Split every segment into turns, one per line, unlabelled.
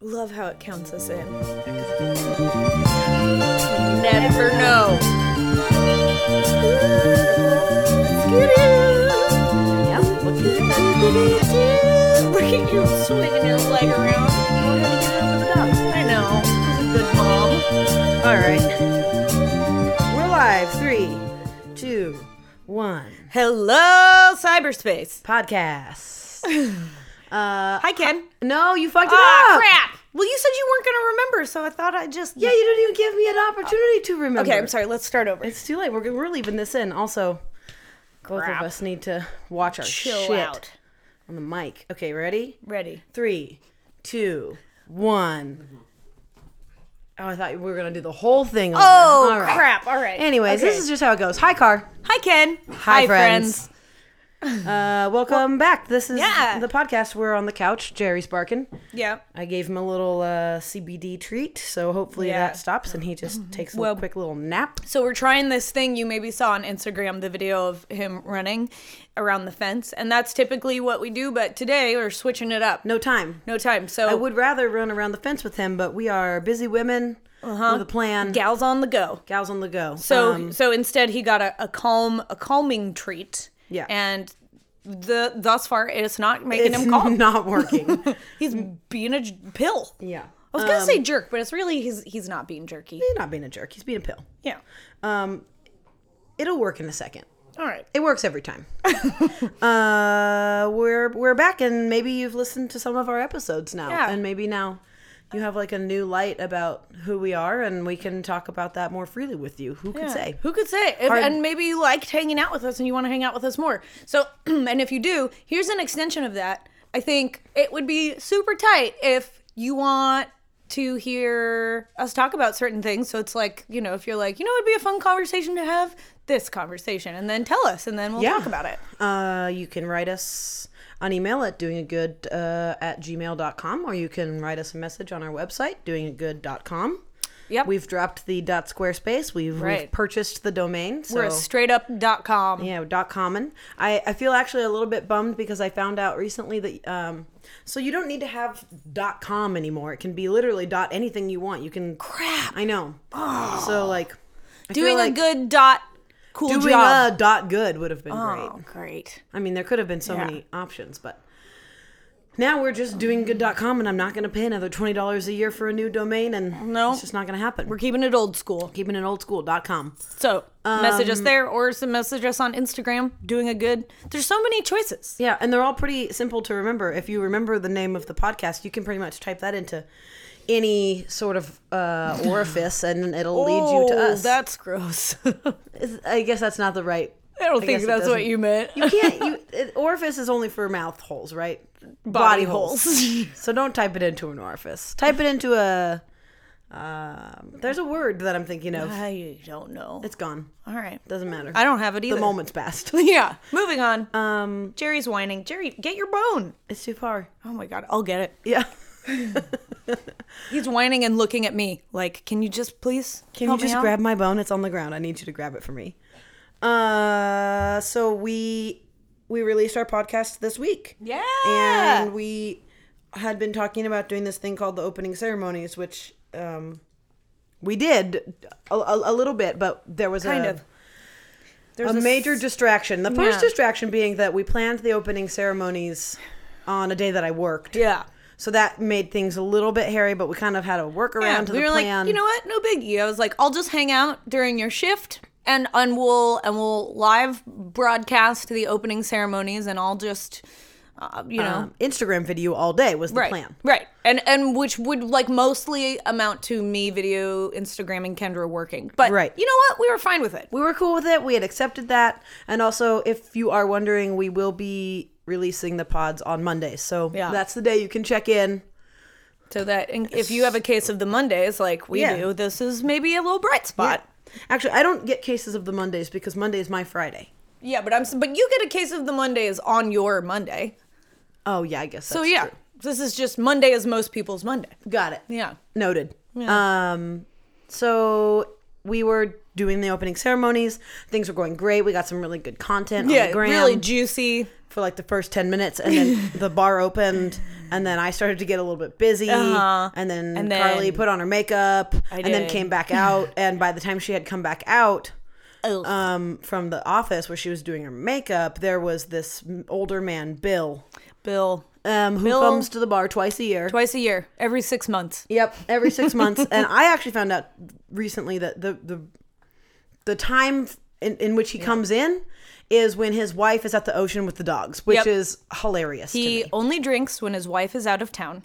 Love how it counts us in.
Never know. Yep. What can you do? Look at you swinging your leg around. You don't have to get it over the dog. I know. She's a good mom.
All right. We're live. Three, two, one.
Hello, cyberspace.
Podcast.
Hi, Ken.
No, you fucked it
Uh, Ah,
up.
crap. Well, you said you weren't going to remember, so I thought I just.
Yeah, you didn't even give me an opportunity to remember.
Okay, I'm sorry. Let's start over.
It's too late. We're, we're leaving this in. Also, both
Crap.
of us need to watch our
Chill
shit
out.
on the mic. Okay, ready?
Ready.
Three, two, one. Oh, I thought we were gonna do the whole thing. Over.
Oh,
All right.
crap. All right.
Anyways,
Okay.
this is just how it goes. Hi, car.
Hi, Ken.
Hi, friends. Uh, welcome back. This is
Yeah.
the podcast. We're on the couch. Jerry's barking.
Yeah.
I gave him a little uh, CBD treat, so hopefully
Yeah. Mm-hmm.
that stops and he just takes a
Well-
quick little nap.
So we're trying this thing you maybe saw on Instagram, the video of him running around the fence, and that's typically what we do. But today we're switching it up. No,
No time.
time. So
I would rather run around the fence with him, but we are busy women with a plan.
gals on the go.
Gals on the go.
Uh-huh. So
Um,
so instead he got a, a calm a calming treat.
Yeah.
And the thus far it's not making
it's
him calm.
not working.
He's being a j- pill.
yeah. Um,
I was gonna say jerk, but it's really he's he's not being jerky.
He's not being a jerk. He's being a pill.
Yeah.
It'll work in a second.
All right.
It works every time. uh, we're we're back, and maybe you've listened to some of our episodes now,
Yeah.
and maybe now you have like a new light about who we are, and we can talk about that more freely with you. Who could
Yeah.
say?
Who could say? If, and maybe you liked hanging out with us and you want to hang out with us more. So, and if you do, here's an extension of that. I think it would be super tight if you want to hear us talk about certain things. So it's like, you know, if you're like, you know, it'd be a fun conversation to have this conversation and then tell us and then we'll
Yeah.
talk about it.
Uh, you can write us an email at doingagood uh, at gmail.com, or you can write us a message on our website, doingagood.com.
Yep.
We've dropped the dot squarespace. We've, we've
Right.
purchased the domain. So
We're a straight up dot com.
Yeah, dot common. I, I feel actually a little bit bummed because I found out recently that um so you don't need to have dot com anymore. It can be literally dot anything you want. You can crap. I know. So like I
Oh.
feel
Doing
like
a good dot cool
doing
job.
a dot good would have been
oh,
great.
great.
I mean there could have been so
Yeah.
many options, but now we're just doing good dot com, and I'm not gonna pay another twenty dollars a year for a new domain and
No.
it's just not gonna happen.
We're
We're
keeping it old school.
keeping it old school dot com.
So message us there or some message us on Instagram, doing a good. There's so many choices.
Yeah, and they're all pretty simple to remember. If you remember the name of the podcast, you can pretty much type that into any sort of uh, orifice, and it'll lead you to us.
Oh, That's gross.
Is- I guess that's not the right.
I don't
guess
think
it
that's what
doesn't-
you meant.
You can't. You, it, orifice is only for mouth holes, right?
Body holes.
so don't type it into an orifice. Type it into a. Um, there's a word that I'm thinking of.
I don't know.
It's gone.
All right.
Doesn't matter.
I don't have it either.
The moment's passed.
Yeah. Moving on.
Um,
Jerry's whining. Jerry, get your bone.
it's too far.
Oh my God. I'll get it.
Yeah.
He's whining and looking at me like, can you just please?
Can
help
you
me
just
out?"
grab my bone? It's on the ground. I need you to grab it for me. Uh, so we we released our podcast this week.
Yeah.
and we had been talking about doing this thing called the opening ceremonies, which um, we did a, a, a little bit, but there was
Kind
a,
of.
a major distraction. The first
Yeah.
distraction being that we planned the opening ceremonies on a day that I worked.
Yeah.
So that made things a little bit hairy, but we kind of had a workaround
Yeah,
to
we
the
were
plan.
like, you know what? No biggie. I was like, I'll just hang out during your shift, and and we'll and we'll live broadcast the opening ceremonies, and I'll just, uh, you know,
um, Instagram video all day was the
right,
plan.
right, and and which would like mostly amount to me video Instagramming Kendra working, but
Right.
you know what? We were fine with it.
We were cool with it. We had accepted that. And also, if you are wondering, we will be releasing the pods on Monday. So
Yeah.
that's the day you can check in.
So that in, if you have a case of the Mondays like we
Yeah.
do, this is maybe a little bright spot.
Actually, I don't get cases of the Mondays because Monday is my Friday.
Yeah, but I'm s- but you get a case of the Mondays on your Monday.
Oh, yeah, I guess that's
So yeah,
true.
this is just Monday is most people's Monday.
Got it.
Yeah.
Noted. Um, so we were doing the opening ceremonies. Things were going great. We got some really good content on
Yeah,
the gram
really juicy.
for like the first 10 minutes and then the bar opened and then I started to get a little bit busy
Uh-huh.
and, then
And
Carly
then-
put on her makeup
I
and then
did.
came back out and by the time she had come back out
Ugh.
um, from the office where she was doing her makeup there was this m- older man Bill
Bill,
um, who
Bill-
comes to the bar twice a year
twice a year, every six months.
Yep, every six months. And I actually found out recently that the the the time in, in which he comes in is when his wife is at the ocean with the dogs, which
Yep.
is hilarious. to
He
me.
only drinks when his wife is out of town.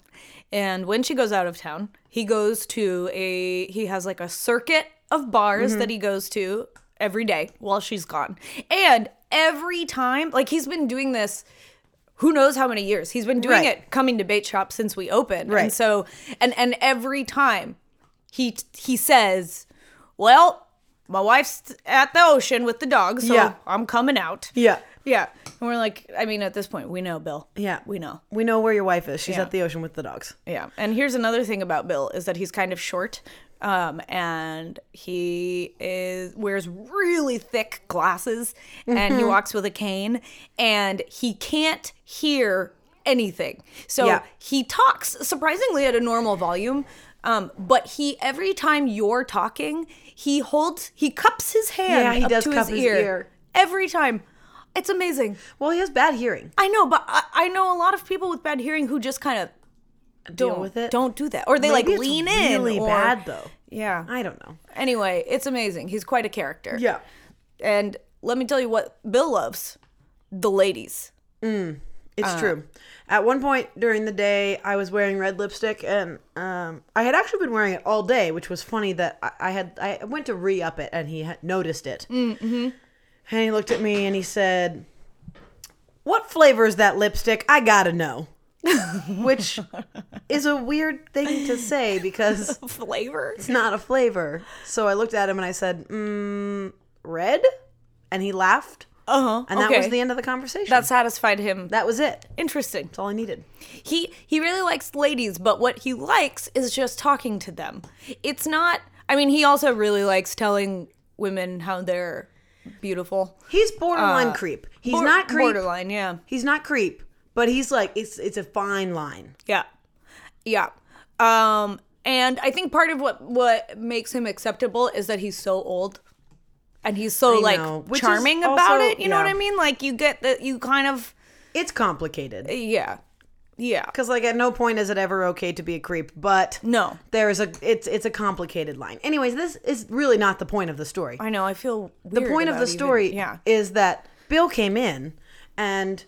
And when she goes out of town, he goes to a he has like a circuit of bars
Mm-hmm.
that he goes to every day while she's gone. And every time, like he's been doing this who knows how many years. He's been doing
Right.
it coming to bait shop since we opened.
Right.
And so and and every time he he says, "Well, my wife's at the ocean with the dogs, so
Yeah.
I'm coming out."
Yeah.
Yeah. And we're like, I mean, at this point, we know, Bill.
Yeah.
We know.
We know where your wife is. She's
Yeah.
at the ocean with the dogs.
Yeah. And here's another thing about Bill is that he's kind of short. Um, and he is wears really thick glasses and
Mm-hmm.
he walks with a cane and he can't hear anything. So
Yeah.
he talks surprisingly at a normal volume. Um, but he every time you're talking, he holds he cups his hand
Yeah, he
up
does
to
cup
his,
his
ear.
ear.
Every time. It's amazing.
Well, he has bad hearing.
I know, but I, I know a lot of people with bad hearing who just kind of
Deal
don't
with it.
Don't do that, or they like
Maybe it's
lean in.
Really
or-
bad though.
Yeah.
I don't know.
Anyway, it's amazing. He's quite a character.
Yeah.
And let me tell you what Bill loves: the ladies.
It's true. At one point during the day, I was wearing red lipstick, and um, I had actually been wearing it all day, which was funny that I, I had I went to re up it, and he had noticed it. Mm-hmm. And he looked at me and he said, "What flavor is that lipstick? I gotta know." which is a weird thing to say because
Flavor.
it's not a flavor. So I looked at him and I said, mm, "Red," and he laughed,
Uh huh.
and that was the end of the conversation.
that satisfied him.
that was it. That's
Interesting.
all I needed.
He he really likes ladies, but what he likes is just talking to them. It's not. I mean, he also really likes telling women how they're beautiful.
He's borderline creep. He's
Uh, Bor-
not creep.
Borderline. Yeah.
He's not creep, but he's like it's it's a fine line.
Yeah. Yeah. Um and I think part of what what makes him acceptable is that he's so old and he's so like
know, which is
charming
also-
about it, you know
yeah.
what I mean? Like you get that you kind of
It's complicated
yeah. Yeah.
because like at no point is it ever okay to be a creep, but
No.
there is a it's it's a complicated line. Anyways, this is really not the point of the story.
I know, I feel
The point of the story
Yeah.
is that Bill came in and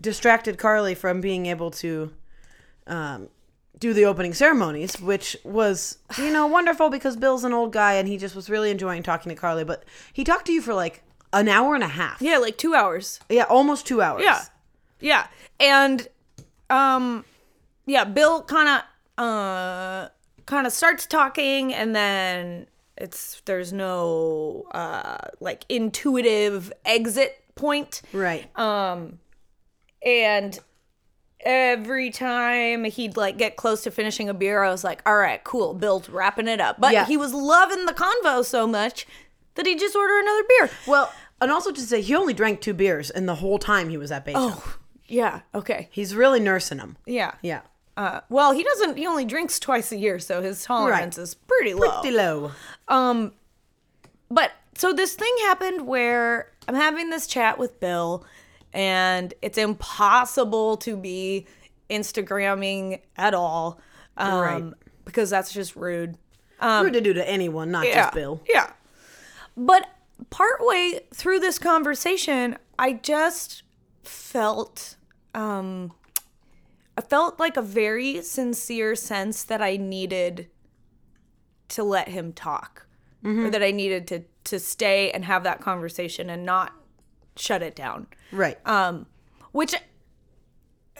distracted Carly from being able to um, do the opening ceremonies, which was, you know, wonderful because Bill's an old guy and he just was really enjoying talking to Carly. But he talked to you for like an hour and a half.
Yeah, like 2 hours.
Yeah, almost two hours.
Yeah. Yeah. And um yeah, Bill kind of uh kind of starts talking and then it's there's no uh like intuitive exit point
Right.
Uh, and every time he'd like get close to finishing a beer, I was like, "All right, cool, Bill's wrapping it up." But
Yeah.
he was loving the convo so much that he just ordered another beer.
well, and also to say he only drank two beers in the whole time he was at base. Camp.
Yeah, okay.
He's really nursing him.
Oh. Yeah.
Yeah.
Uh, well, he doesn't. He only drinks twice a year, so his tolerance is pretty low.
Pretty low.
but so this thing happened where I'm having this chat with Bill, and it's impossible to be Instagramming at all, um,
Right.
because that's just rude.
Rude to do to anyone, not just Bill.
Yeah. But partway through this conversation, I just felt um I felt like a very sincere sense that I needed to let him talk
Mm-hmm.
or that I needed to to stay and have that conversation and not shut it down
Right.
which uh,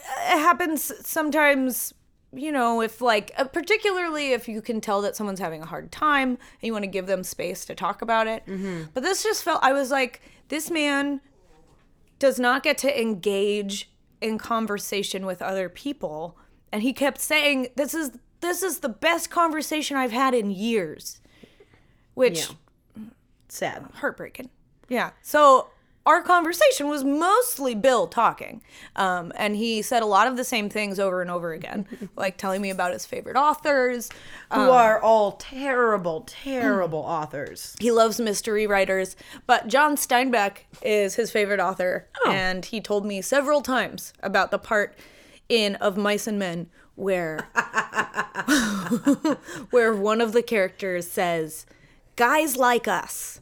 happens sometimes you know if like uh, particularly if you can tell that someone's having a hard time and you want to give them space to talk about it
Mm-hmm.
but this just felt i was like this man does not get to engage in conversation with other people and he kept saying this is this is the best conversation i've had in years which
Yeah. sad.
heartbreaking. Yeah. So our conversation was mostly Bill talking. Um, and he said a lot of the same things over and over again, like telling me about his favorite authors. Um,
Who are all terrible, terrible authors.
he loves mystery writers, but John Steinbeck is his favorite author.
Oh.
And he told me several times about the part in Of Mice and Men where where one of the characters says, "Guys like us."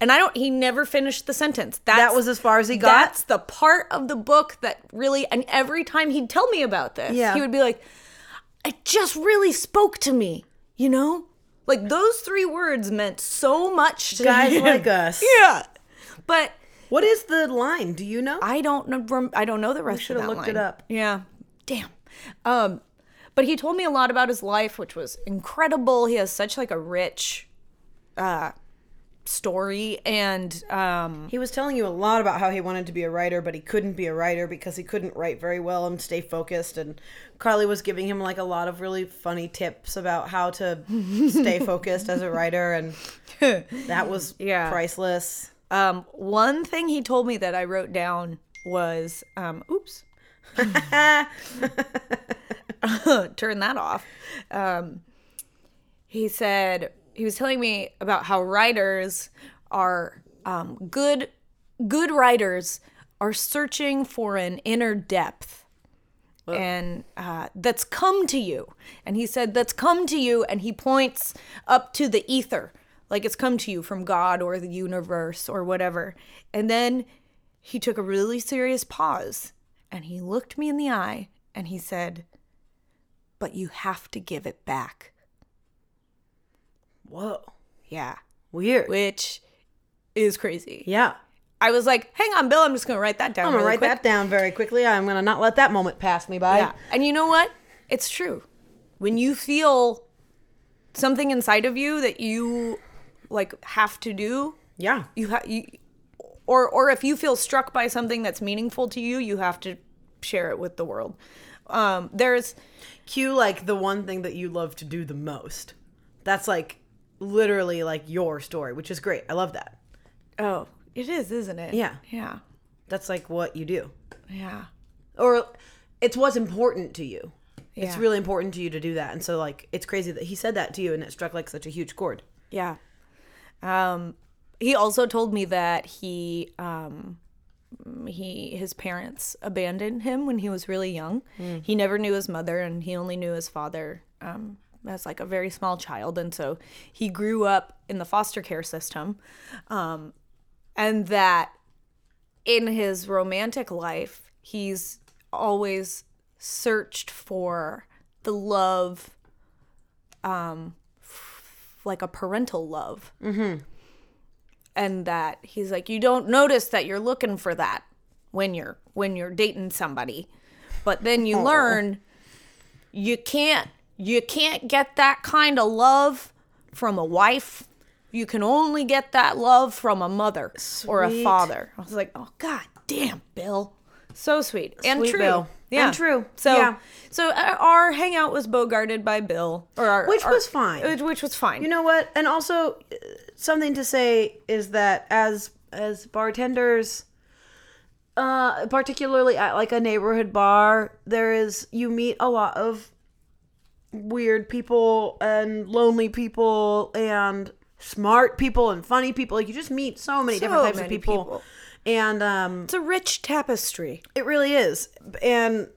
And I don't he never finished the sentence. That's,
That was as far as he got?
That's the part of the book that really and every time he'd tell me about this,
Yeah.
he would be like, "It just really spoke to me." You know? Like those three words meant so much to
Guys
him.
like us.
Yeah. But
What is the line? Do you know?
I don't know. rem- I don't know the rest.
shoulda
of that
looked it
line.
up.
Yeah. Damn. Um, but he told me a lot about his life, which was incredible. He has such like a rich, uh, story, and um,
He was telling you a lot about how he wanted to be a writer, but he couldn't be a writer because he couldn't write very well and stay focused. And Carly was giving him like a lot of really funny tips about how to stay focused as a writer, and that was
Yeah.
priceless.
um, one thing he told me that I wrote down was, um, oops, turn that off. Um, he said he was telling me about how writers are um, good. Good writers are searching for an inner depth, and uh, that's come to you. And he said that's come to you, and he points up to the ether, like it's come to you from God or the universe or whatever. And then he took a really serious pause, and he looked me in the eye, and he said but you have to give it back.
Whoa,
Yeah.
weird.
Which is crazy.
Yeah,
I was like, hang on, Bill, I'm just going to write that down.
I'm gonna
really
write
quick.
that down very quickly. I'm gonna not let that moment pass me by.
Yeah. And you know what? It's true. When you feel something inside of you that you like have to do,
yeah.
you have you or or if you feel struck by something that's meaningful to you, you have to share it with the world. Um, there's
Cue like the one thing that you love to do the most. That's like literally like your story, which is great. I love that.
oh, it is, isn't it?
Yeah.
Yeah.
That's like what you do.
Yeah.
or it's what's important to you. It's
Yeah.
really important to you to do that. And so like it's crazy that he said that to you and it struck like such a huge chord.
Yeah. Um, he also told me that he um, he his parents abandoned him when he was really young. He never knew his mother, and he only knew his father um, as like a very small child, and so he grew up in the foster care system, um, and that in his romantic life, he's always searched for the love like a parental love. Mm-hmm. And that he's like, you don't notice that you're looking for that when you're when you're dating somebody, but then you learn you can't you can't get that kind of love from a wife. You can only get that love from a mother or a
Sweet.
father. I was like, oh god damn, Bill, so sweet and
Sweet
true.
Bill.
Yeah,
And true.
So
Yeah.
so our- our hangout was bogarted by Bill, or our,
Which
our-
was fine.
which- which was fine.
You know what? And also uh, something to say is that as as bartenders uh particularly at like a neighborhood bar, there is you meet a lot of weird people and lonely people and smart people and funny people. Like you just meet so many different
So
types
many
of people.
people.
And um
It's a rich tapestry.
It really is. And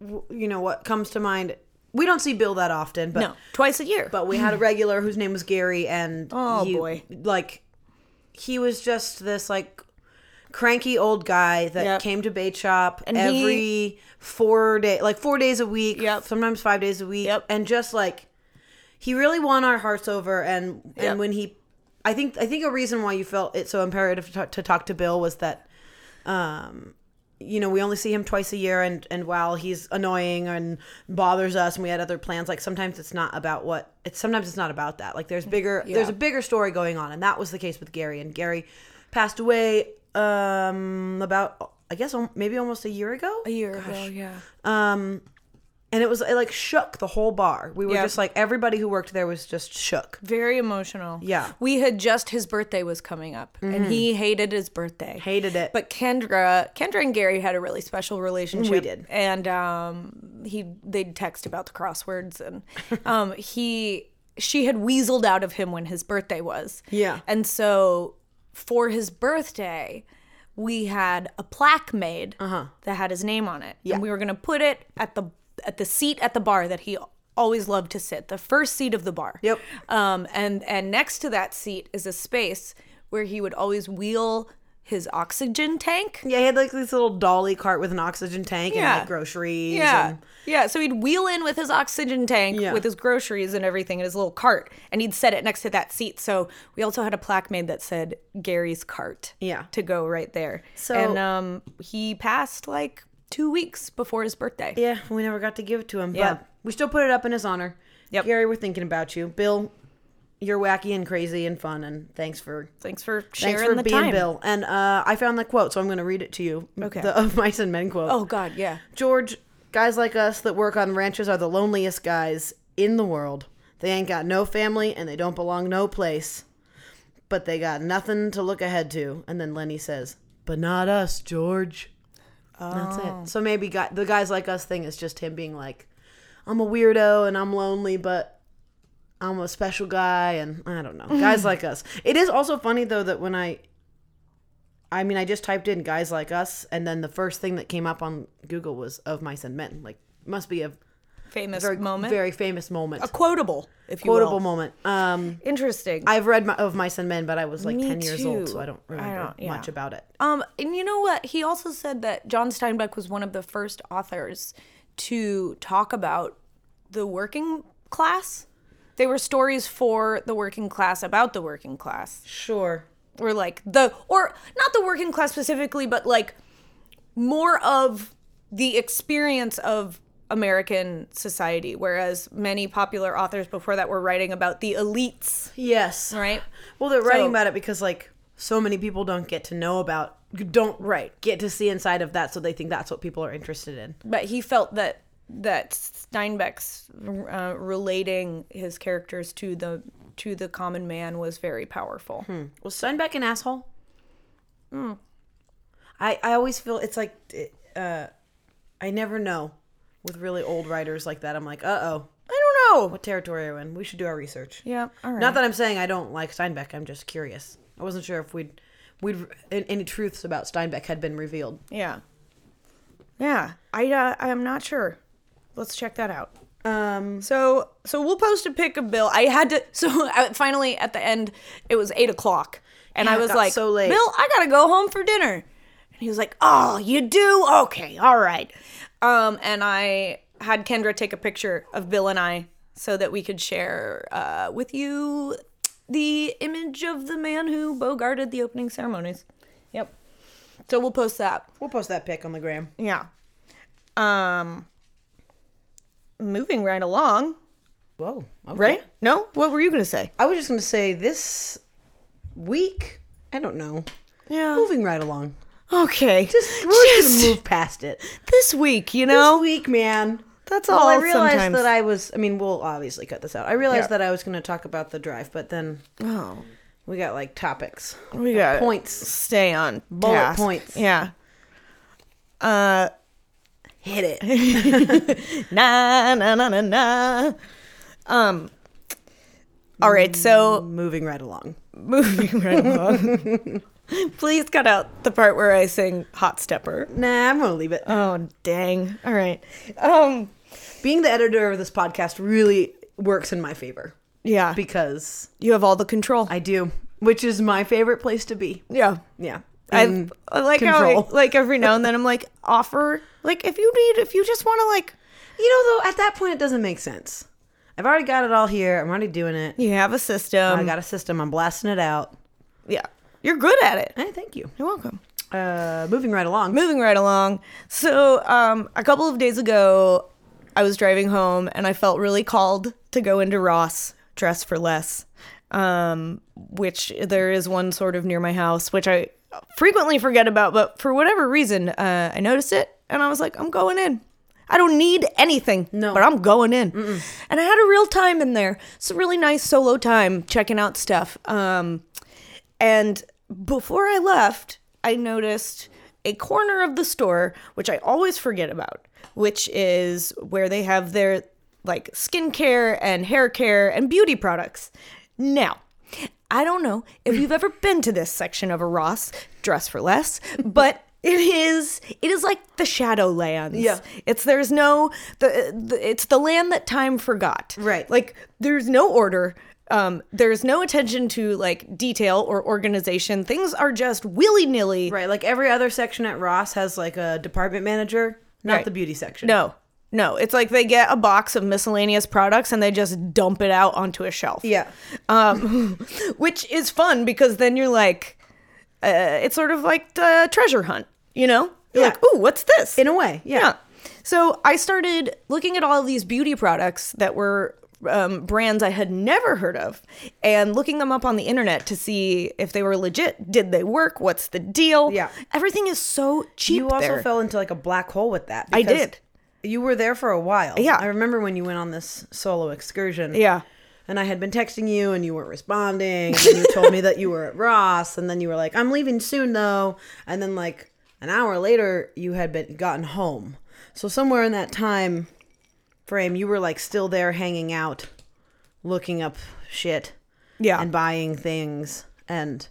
w- you know what comes to mind? We don't see Bill that often, but
No, twice a year.
but we had a regular whose name was Gary and
Oh,
he-
boy.
like he was just this like cranky old guy that
Yep.
came to bait shop
And
every
he-
four day like 4 days a week,
Yep.
sometimes 5 days a week
Yep.
and just like he really won our hearts over and
Yep.
and when he I think I think a reason why you felt it so imperative to talk, to talk to Bill was that um, you know, we only see him twice a year, and and while he's annoying and bothers us, and we had other plans, like sometimes it's not about what it's sometimes it's not about that. Like there's bigger, there's a bigger story going on, and that was the case with Gary. And Gary passed away um about I guess al- maybe almost a year ago.
year ago, yeah.
and it was it like shook the whole bar. We were
Yeah.
just like everybody who worked there was just shook.
Very emotional.
Yeah. Mm-hmm.
We had just his birthday was coming up and he hated his birthday.
Hated it.
But Kendra Kendra and Gary had a really special relationship.
We did.
And um he they'd text about the crosswords and um he she had weaseled out of him when his birthday was.
Yeah.
And so for his birthday, we had a plaque made that had his name on it. And we were gonna put it at the at the seat at the bar that he always loved to sit, the first seat of the bar.
Yep.
Um, and and next to that seat is a space where he would always wheel his oxygen tank.
Yeah, he had like this little dolly cart with an oxygen tank and
Yeah.
like groceries.
Yeah.
and-
Yeah. So he'd wheel in with his oxygen tank
Yeah.
with his groceries and everything in his little cart. And he'd set it next to that seat. So we also had a plaque made that said Gary's cart.
Yeah.
To go right there.
So-
and um he passed like two weeks before his birthday.
yeah, we never got to give it to him.
Yeah.
But we still put it up in his honor.
Yep.
Gary, we're thinking about you. Bill, you're wacky and crazy and fun, and thanks for
Thanks for sharing
thanks for
the
being
time.
Bill. And uh, I found the quote, so I'm going to read it to you.
Okay.
The of mice and men quote.
Oh God, yeah.
George, guys like us that work on ranches are the loneliest guys in the world. They ain't got no family and they don't belong no place. But they got nothing to look ahead to. And then Lenny says, But not us, George. That's it. So maybe guy, the guys like us thing is just him being like, I'm a weirdo and I'm lonely, but I'm a special guy and I don't know. Guys like us. It is also funny though that when I I mean, I just typed in guys like us, and then the first thing that came up on Google was of mice and men. Like, must be a
Famous
very,
moment.
very famous moment,
a quotable, if you
quotable
will.
moment. Um,
Interesting.
I've read my, of mice and men, but I was like
Me
ten years old,
too.
so I don't
I
remember
don't- yeah.
much about it.
Um, and you know what? He also said that John Steinbeck was one of the first authors to talk about the working class. They were stories for the working class about the working class,
Sure.
or like the or not the working class specifically, but like more of the experience of American society. Whereas many popular authors before that were writing about the elites,
Yes.
right?
Well, they're writing
So-
about it because like so many people don't get to know about, don't right get to see inside of that, so they think that's what people are interested in.
but he felt that that Steinbeck's uh, relating his characters to the to the common man was very powerful.
Was Steinbeck an asshole? Mm. I I always feel it's like it, uh, I never know with really old writers like that. I'm like, uh oh,
I don't know.
what territory are we in? We should do our research.
Yeah, all right.
Not that I'm saying I don't like Steinbeck. I'm just curious. I wasn't sure if we'd we'd an- any truths about Steinbeck had been revealed.
yeah, yeah. I uh, I am not sure. Let's check that out.
Um,
So so we'll post a pic of Bill. I had to. So I, finally at the end, it was eight o'clock, and
Yeah,
I
it
was
got
like,
so late.
Bill, I gotta go home for dinner. And he was like, Oh, you do? Okay, all right. Um, and I had Kendra take a picture of Bill and I so that we could share uh, with you the image of the man who bogarted the opening ceremonies. Yep. So we'll post that.
we'll post that pic on the gram.
Yeah. Um. Moving right along.
Whoa, okay.
Right? No? What were you going to say?
I was just gonna say this week. I don't know.
Yeah.
Moving right along.
Okay.
Just we're Um, just gonna move past it.
this week, you
this
know?
week, man.
That's
Well,
all
I realized
sometimes.
that I was. I mean, we'll obviously cut this out. I realized
Yeah.
that I was going to talk about the drive, but then
oh,
we got like topics,
we got
points.
Stay on
Bullet
task.
points.
Yeah. Uh,
Hit it.
na na na na na. Um. All right, so
Moving right along.
moving right along. Please cut out the part where I sing "Hot Stepper."
Nah, I'm going to leave it.
Oh dang! All right. Um.
Being the editor of this podcast really works in my favor
Yeah.
because
you have all the control.
I do, which is my favorite place to be.
yeah.
Yeah.
I
In
I like how
control.
I, like every now and then I'm like offer like if you need if you just want to like
you know, though, at that point, it doesn't make sense. I've already got it all here. I'm already doing it.
you have a system
I got a system. I'm blasting it out.
yeah you're good at it
Hey, thank you.
you're welcome
Uh, moving right along.
moving right along so um a couple of days ago I was driving home and I felt really called to go into Ross dress for less um which there is one sort of near my house which I frequently forget about but for whatever reason uh I noticed it and I was like I'm going in I don't need anything.
No.
But I'm going in. And I had a real time in there. It's a really nice solo time checking out stuff. Um, and before I left, I noticed a corner of the store, which I always forget about, which is where they have their like skincare and hair care and beauty products. Now, I don't know if you've ever been to this section of a Ross dress for less, but it is it is like the Shadowlands.
Yeah.
It's there's no the, the it's the land that time forgot.
Right.
Like there's no order. Um, there's no attention to like detail or organization. Things are just willy nilly.
Right, like every other section at Ross has like a department manager, not
Right.
the beauty section.
No, no. It's like they get a box of miscellaneous products and they just dump it out onto a shelf.
Yeah.
Um, which is fun because then you're like, uh, it's sort of like the treasure hunt. You know, you're
Yeah.
like, ooh, what's this?
In a way. Yeah.
Yeah. So I started looking at all of these beauty products that were um, brands I had never heard of and looking them up on the internet to see if they were legit. Did they work? What's the deal?
Yeah.
Everything is so cheap.
You also
there.
fell into like a black hole with that.
I
because
did.
You were there for a while.
Yeah.
I remember when you went on this solo excursion.
Yeah.
And I had been texting you and you weren't responding. And then you told me that you were at Ross. And then you were like, I'm leaving soon though. And then like an hour later, you had been gotten home. So somewhere in that time frame, you were like still there hanging out, looking up shit
Yeah.
and buying things and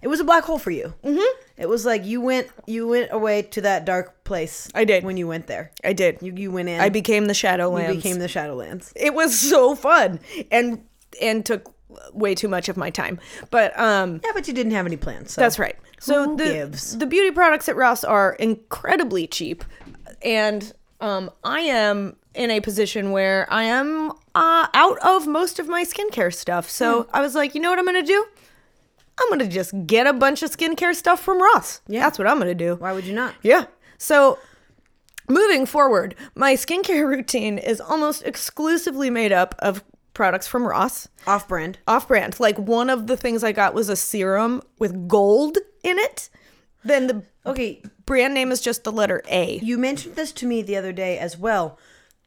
it was a black hole for you mm-hmm. it was like you went you went away to that dark place
I did.
when you went there
I did.
you, you went in
I became the Shadowlands.
you became the shadowlands
it was so fun and and took way too much of my time. But um
yeah but you didn't have any plans so.
That's right. So
Who
the
gives?
the beauty products at Ross are incredibly cheap, and um, I am in a position where I am uh, out of most of my skincare stuff. So
Hmm.
I was like, you know what I'm gonna do? I'm gonna just get a bunch of skincare stuff from Ross. Yeah, that's what I'm gonna do.
why would you not
Yeah. So moving forward, my skincare routine is almost exclusively made up of products from Ross
off brand
off brand. Like one of the things I got was a serum with gold in it. Then the
okay
brand name is just the letter A.
you mentioned this to me the other day as well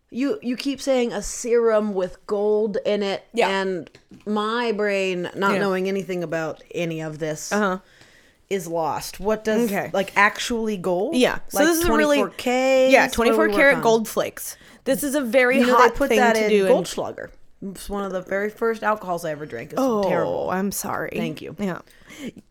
you you keep saying a serum with gold in it
Yeah.
and my brain not
Yeah.
knowing anything about any of this
Uh-huh.
is lost what does
Okay.
like actually gold
Yeah. So
like
this is a really
24k
Yeah, 24 karat gold flakes. This is a very
you know,
hot
they put
thing
that
to
in
do. in-
Goldschlager. It's one of the very first alcohols I ever drank. It's
oh,
terrible.
I'm sorry.
Thank you.
Yeah.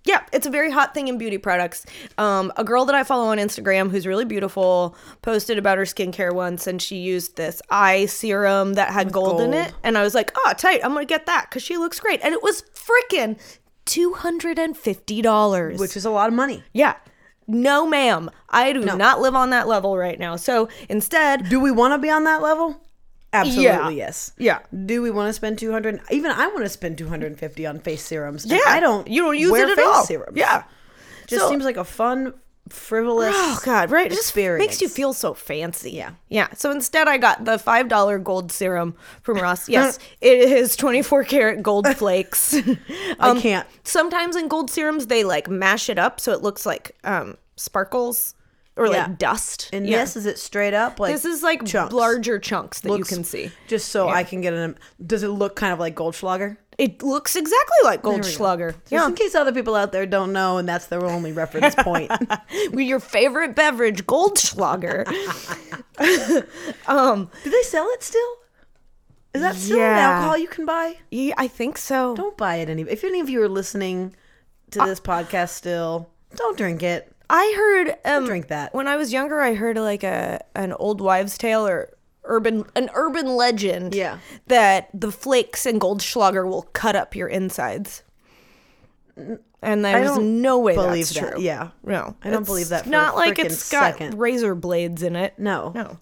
Yeah, it's a very hot thing in beauty products. Um, a girl that I follow on Instagram who's really beautiful posted about her skincare once and she used this eye serum that had gold, in
gold.
it. And I was like, oh, tight, I'm going to get that because she looks great. And it was freaking $250.
Which is a lot of money.
yeah. No, ma'am. I do not live on that level right now. So instead,
Do we want to be on that level? Absolutely yes.
Yeah.
Do we want to spend 200? Even I want to spend 250 on face serums. and
Yeah.
I don't.
You don't use
wear
it at
face
all.
serums.
Yeah.
Just
So-
seems like a fun, frivolous.
Oh God, right? It just
Experience.
makes you feel so fancy. Yeah, yeah. So instead, I got the five dollar gold serum from Ross. Yes, it is twenty four karat gold flakes. Um,
can't.
Sometimes in gold serums, they like mash it up so it looks like um, sparkles or
Yeah.
like dust.
And
Yeah.
this is it straight up like
this is like
chunks.
larger chunks that
Looks-
you can see.
Just so I can get an. Does it look kind of like Goldschlager?
It looks exactly like Goldschlager.
Just
Yeah,
in case other people out there don't know, and that's their only reference point.
with your favorite beverage, Goldschlager. Um,
Do they sell it still? Is that still an
Yeah.
alcohol you can buy?
yeah, I think so.
Don't buy it any. If any of you are listening to this
Uh.
podcast still, don't drink it.
I heard um,
drink that.
when I was younger. I heard like a an old wives' tale or urban an urban legend.
Yeah.
that the flakes and Goldschlager will cut up your insides. And there's
don't
no way
believe
that's
that.
true.
Yeah.
no,
I don't believe that for a
not like
frickin'
it's got
second.
razor blades in it.
No.
no.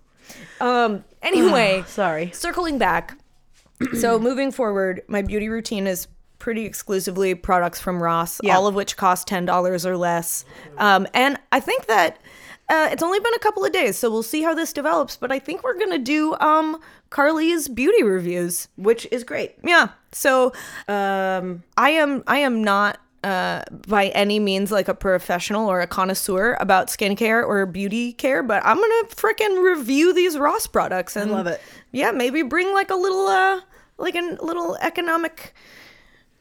Um. Anyway,
Sorry.
circling back so moving forward my beauty routine is pretty exclusively products from ross
Yeah.
all of which cost $10 or less um, and i think that uh, it's only been a couple of days so we'll see how this develops but i think we're gonna do um, carly's beauty reviews
Which is great.
yeah so
Um,
i am i am not uh, by any means like a professional or a connoisseur about skincare or beauty care, but I'm gonna freaking review these Ross products and
love it.
Yeah, maybe bring like a little uh, like a little economic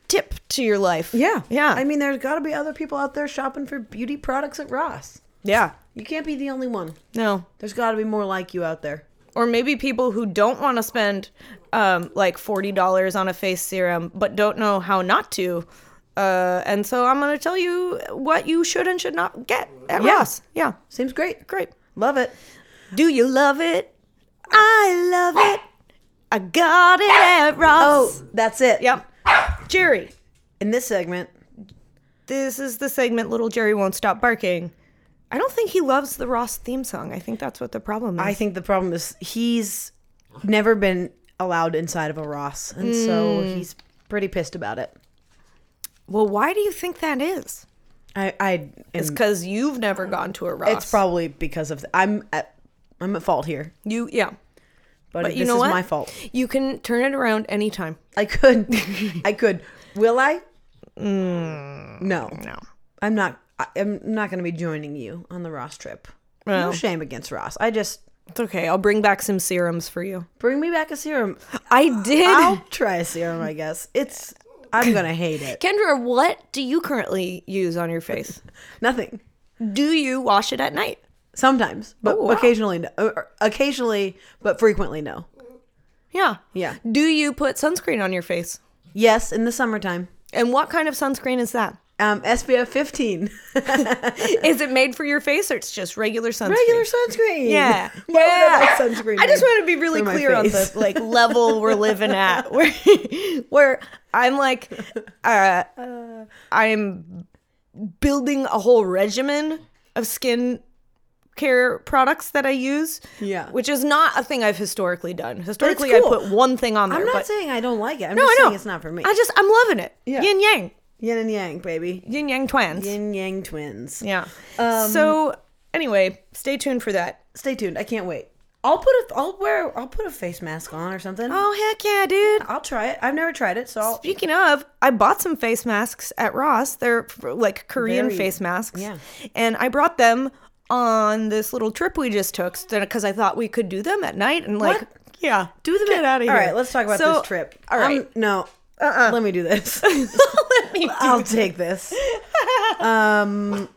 tip to your life.
Yeah.
yeah.
I mean, there's got to be other people out there shopping for beauty products at Ross.
yeah.
You can't be the only one.
No,
There's got to be more like you out there.
or maybe people who don't want to spend um, like forty dollars on a face serum, but don't know how not to. Uh, and so I'm gonna tell you what you should and should not get at
Yeah.
Ross. Yeah,
Seems great.
great.
Love it.
Do you love it? I love it. I got it at Ross.
Oh, that's it.
Yep. Jerry,
In this segment,
this is the segment Little Jerry Won't Stop Barking. I don't think he loves the Ross theme song. I think that's what the problem is.
I think the problem is he's never been allowed inside of a Ross, and so he's pretty pissed about it.
well, why do you think that is?
I, I am-
It's
it's,
because you've never gone to a Ross.
probably because of I'm at I'm at fault here,
You yeah. But
but, this
you know what?
is my fault.
You can turn it around anytime.
I could, I could. Will I? no,
No.
I'm not. I, I'm not going to be joining you on the Ross trip. No
Well.
shame against Ross. I just
It's okay. I'll bring back some serums for you.
bring me back a serum.
I did.
I'll try a serum. I guess it's. I'm gonna hate it.
Kendra, what do you currently use on your face?
Nothing.
do you wash it at night?
Sometimes, but
Oh, wow.
occasionally, no. Or- or occasionally, but frequently, no.
Yeah.
Yeah.
Do you put sunscreen on your face?
Yes, in the summertime.
And what kind of sunscreen is that?
Um, SPF 15.
is it made for your face or it's just regular sunscreen?
Regular sunscreen.
Yeah.
Why
yeah.
would I buy sunscreen?
I just want to be really
for my
clear on the
face?
like level we're living at where where I'm like uh, I'm building a whole regimen of skin care products that I use.
Yeah.
Which is not a thing I've historically done. Historically
cool.
I put one thing on there.
I'm not
but
saying I don't like it. I'm
no,
just
I know.
saying it's not for me.
I just I'm loving it.
Yeah.
Yin yang.
Yin and Yang, baby.
Yin yang twins.
Yin Um, Yang twins.
Yeah. so anyway, stay tuned for that.
Stay tuned. I can't wait. I'll put a I'll wear I'll put a face mask on or something.
Oh heck yeah, dude.
I'll try it. I've never tried it, so I'll
Speaking of, I bought some face masks at Ross. They're f- like Korean
Very-
face masks.
yeah.
And I brought them on this little trip we just took because I thought we could do them at night and like,
What?
yeah,
do the
get out of here.
All right, let's talk about
So-
this trip.
All
I'm-
right.
um, no.
Uh-uh.
Let me do this.
Um, Let me do
I'll take this. Um,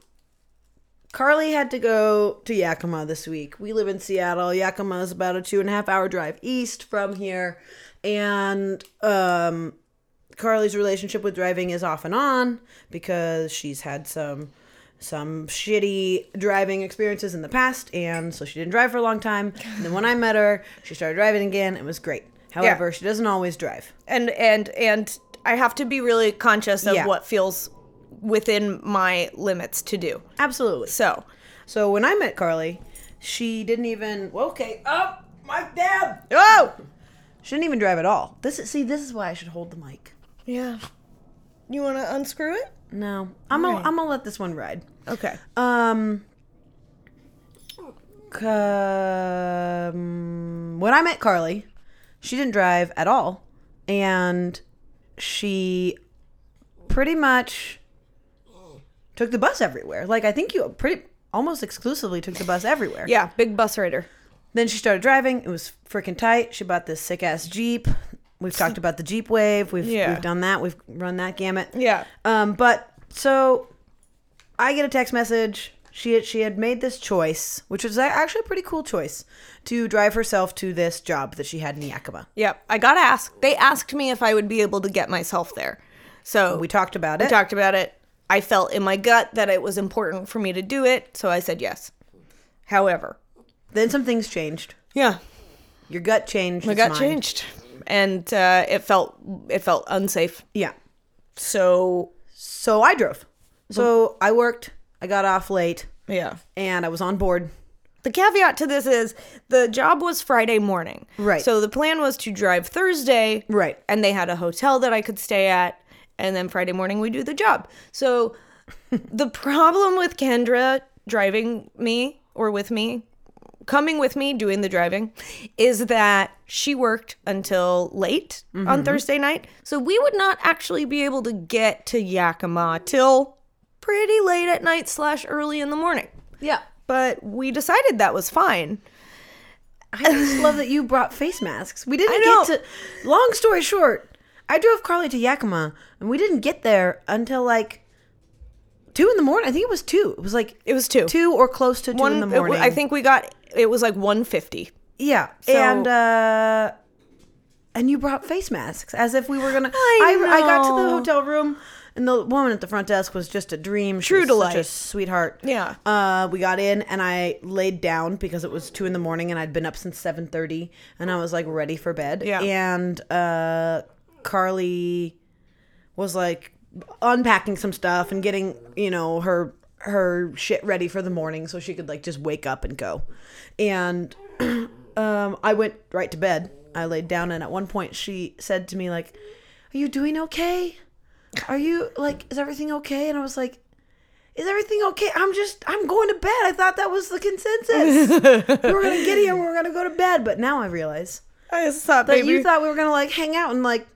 Carly had to go to Yakima this week. We live in Seattle. Yakima is about a two and a half hour drive east from here, and um, Carly's relationship with driving is off and on because she's had some some shitty driving experiences in the past and so she didn't drive for a long time. And then when I met her, she started driving again and was great. However, she doesn't always drive.
and and and I have to be really conscious of
Yeah.
what feels within my limits to do.
Absolutely.
So
So when I met Carly, she didn't even well, okay up mic down.
oh
She didn't even drive at all. This is see, this is why I should hold the mic.
yeah, you want to unscrew it?
No, I'm gonna I'm gonna let this one ride.
Okay.
Um, c- um, when I met Carly, she didn't drive at all, and she pretty much took the bus everywhere. Like I think you pretty almost exclusively took the bus everywhere.
Yeah, big bus rider.
Then she started driving. It was freaking tight. She bought this sick ass Jeep. We've talked about the Jeep wave. We've
Yeah.
we've done that. We've run that gamut.
Yeah.
Um, but so I get a text message. She had, she had made this choice, which was actually a pretty cool choice, to drive herself to this job that she had in Yakima.
Yep. I got asked. They asked me if I would be able to get myself there. So
We talked about it.
we talked about it. I felt in my gut that it was important for me to do it, so I said yes. However,
then some things changed.
yeah,
Your gut changed.
my
it's
gut
mine.
changed, and uh, it felt it felt unsafe.
Yeah.
So
So I drove. So
Mm-hmm.
I worked. I got off late,
yeah.
and I was on board.
The caveat to this is the job was Friday morning.
Right.
So the plan was to drive Thursday.
Right.
And they had a hotel that I could stay at. And then Friday morning we do the job. So the problem with Kendra driving me or with me, coming with me doing the driving is that she worked until late on
Mm-hmm.
Thursday night. So we would not actually be able to get to Yakima till pretty late at night slash early in the morning.
Yeah.
But we decided that was fine.
I just love that you brought face masks. We didn't
know.
get to. Long story short, I drove Carly to Yakima, and we didn't get there until like two in the morning. I think it was two. It was like
It was two.
two or close to two in the
it w-
morning.
I think we got it was like one fifty.
Yeah, and uh, and you brought face masks as if we were gonna.
I
I got to the
know.
hotel room, and the woman at the front desk was just a dream. She
True
was such a
delight.
sweetheart.
Yeah.
Uh, we got in, and I laid down because it was two in the morning, and I'd been up since seven thirty, and I was like ready for bed.
Yeah.
And uh, Carly was like unpacking some stuff and getting you know her her shit ready for the morning so she could like just wake up and go and um i went right to bed i laid down and at one point she said to me like are you doing okay are you like is everything okay and i was like is everything okay i'm just i'm going to bed i thought that was the consensus we were gonna get here we were gonna go to bed but now i realize
I just thought
that you thought we were gonna like hang out and like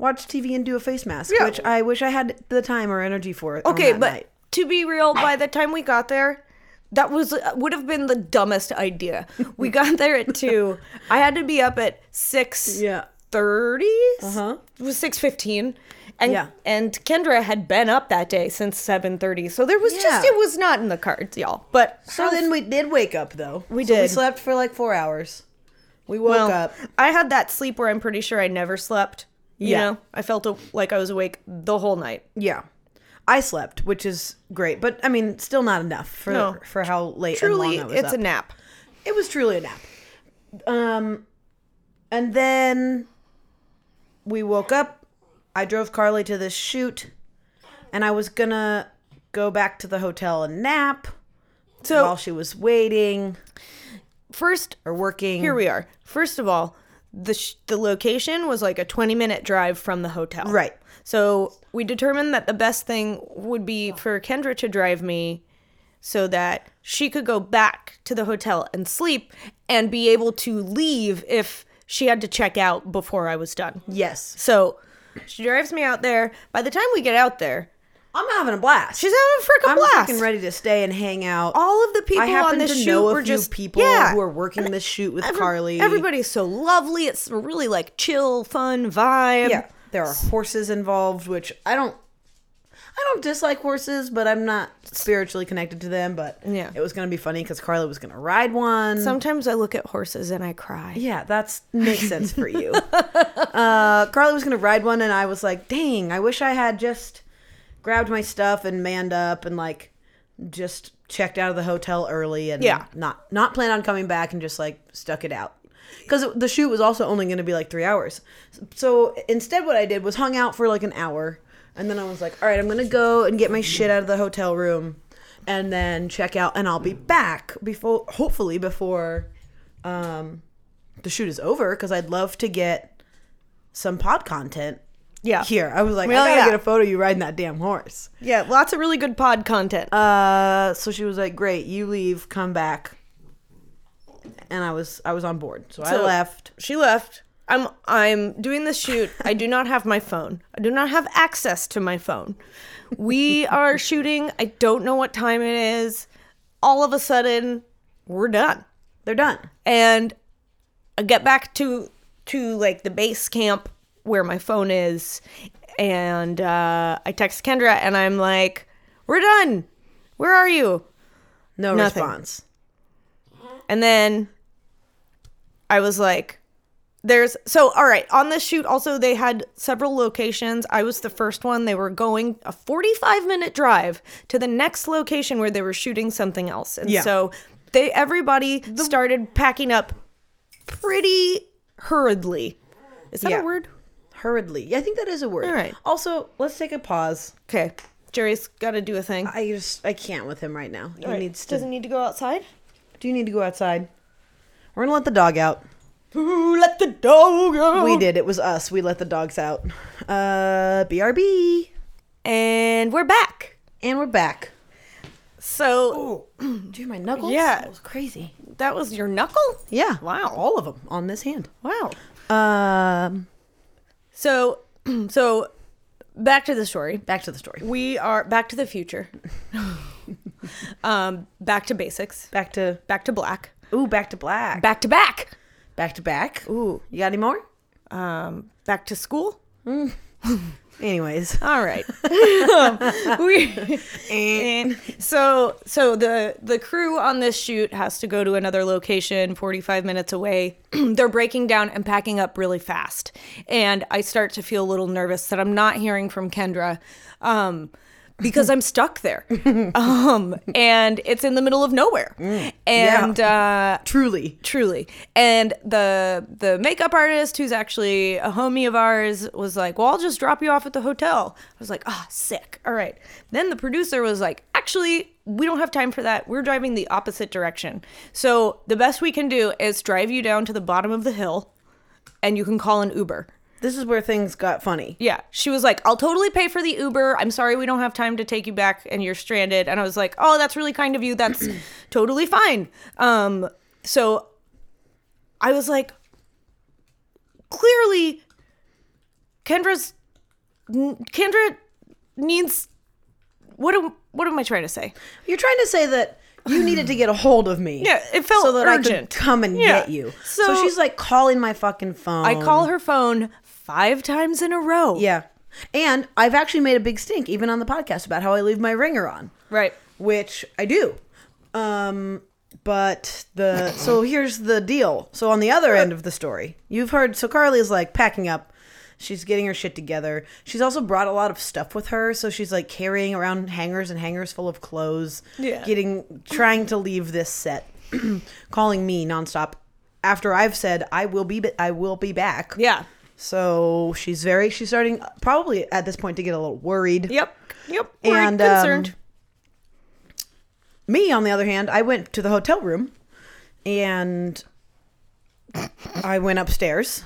watch TV and do a face mask,
Yeah.
which I wish I had the time or energy for. on
okay,
that
but
night.
to be real, by the time we got there, that was uh, would have been the dumbest idea. We got there at two. I had to be up at six
Yeah.
thirty.
Uh-huh.
It was six fifteen. And,
Yeah.
and Kendra had been up that day since seven thirty, so there was just
Yeah.
it was not in the cards, y'all. But
so then we did wake up though.
We
So we
did.
slept for like four hours. We woke
Well,
up.
I had that sleep where I'm pretty sure I never slept. You
Yeah.
know, I felt a, like I was awake the whole night.
Yeah, I slept, which is great, but I mean, still not enough for
No.
for how late
Truly,
and long I was
it's
up.
a nap.
it was truly a nap. Um, and then we woke up. I drove Carly to this shoot, and I was gonna go back to the hotel and nap
So
while she was waiting
first,
or working.
here we are. First of all, the sh- the location was like a 20 minute drive from the hotel.
Right.
So we determined that the best thing would be for Kendra to drive me, so that she could go back to the hotel and sleep and be able to leave if she had to check out before I was done.
yes,
So she drives me out there. By the time we get out there,
I'm having a blast.
she's having a freaking
I'm
blast.
freaking ready to stay and hang out.
All of the people
I happen
on this
to
shoot
know a
were
few
just
people
yeah,
who are working this shoot with
Every-
Carly.
Everybody's so lovely. It's a really like chill, fun vibe.
Yeah, there are horses involved, which I don't. I don't dislike horses, but I'm not spiritually connected to them. But
Yeah.
it was gonna be funny because Carla was gonna ride one.
Sometimes I look at horses and I cry.
yeah, that's makes sense for you. Uh, Carla was gonna ride one, and I was like, "Dang, I wish I had just grabbed my stuff and manned up and like just checked out of the hotel early and
Yeah.
not not plan on coming back and just like stuck it out." Because the shoot was also only going to be like three hours, so instead, what I did was hung out for like an hour, and then I was like, "All right, I'm gonna go and get my shit out of the hotel room, and then check out, and I'll be back before, hopefully, before um, the shoot is over because I'd love to get some pod content
Yeah.
here. I was like,
Well,
I gotta
yeah.
get a photo of you riding that damn horse.
Yeah, lots of really good pod content.
Uh, so she was like, great, you leave, come back. And I was I was on board, so, I
So-
left.
she left. I'm I'm doing this shoot. I do not have my phone. I do not have access to my phone. We are shooting. I don't know what time it is. All of a sudden, we're done.
They're done.
and I get back to to like the base camp where my phone is, and uh, I text Kendra and I'm like, "We're done. Where are you?"
No
Nothing.
response.
And then I was like, there's so all right on this shoot also they had several locations i was the first one they were going a 45 minute drive to the next location where they were shooting something else and
Yeah.
so they everybody started packing up pretty hurriedly is that
Yeah.
a word
Hurriedly. Yeah, I think that is a word.
All right.
Also, let's take a pause.
okay jerry's got to do a thing
I just I can't with him right now. He
All right,
needs to.
Uh, doesn't need to go outside
Do you need to go outside? We're gonna let the dog out.
Ooh, let the dog out
We did. It was us. We let the dogs out. Uh, brb.
and we're back
And we're back.
So
Oh, dude, my knuckles.
Yeah.
That was crazy.
that was your knuckle?
Yeah.
Wow.
All of them on this hand.
Wow.
Um,
So so back to the story.
back to the story.
We are back to the future. um back to basics.
Back to
Back to black.
ooh, back to black.
Back to back.
Back to back. Ooh, you got any more?
Um back to school.
Anyways,
All right. we
and
so so the the crew on this shoot has to go to another location 45 minutes away they're breaking down and packing up really fast and i start to feel a little nervous that i'm not hearing from kendra um because i'm stuck there um and it's in the middle of nowhere and uh
truly,
truly and the the makeup artist who's actually a homie of ours was like well i'll just drop you off at the hotel i was like ah sick all right then the producer was like actually we don't have time for that we're driving the opposite direction so the best we can do is drive you down to the bottom of the hill and you can call an uber
this is where things got funny.
yeah. She was like, I'll totally pay for the Uber. I'm sorry we don't have time to take you back and you're stranded. And I was like, oh, that's really kind of you. That's totally fine. Um, so I was like, clearly, Kendra's. n- Kendra needs. What am, what am I trying to say?
You're trying to say that you needed to get a hold of me.
Yeah, it felt
so that I could
urgent.
come and
Yeah.
get you. So,
So-
she's like calling my fucking phone.
I call her phone five times in a row.
Yeah. And I've actually made a big stink, even on the podcast, about how I leave my ringer on,
Right.
which I do. Um, but the so here's the deal. So on the other end of the story, you've heard. So Carly is like packing up. She's getting her shit together. She's also brought a lot of stuff with her, so she's like carrying around hangers and hangers full of clothes.
Yeah.
Getting trying to leave this set, calling me nonstop after I've said I will be ba- I will be back.
Yeah.
So she's very she's starting probably at this point to get a little worried.
Yep. Yep. Worried,
And, um,
concerned.
Me, on the other hand, I went to the hotel room and I went upstairs,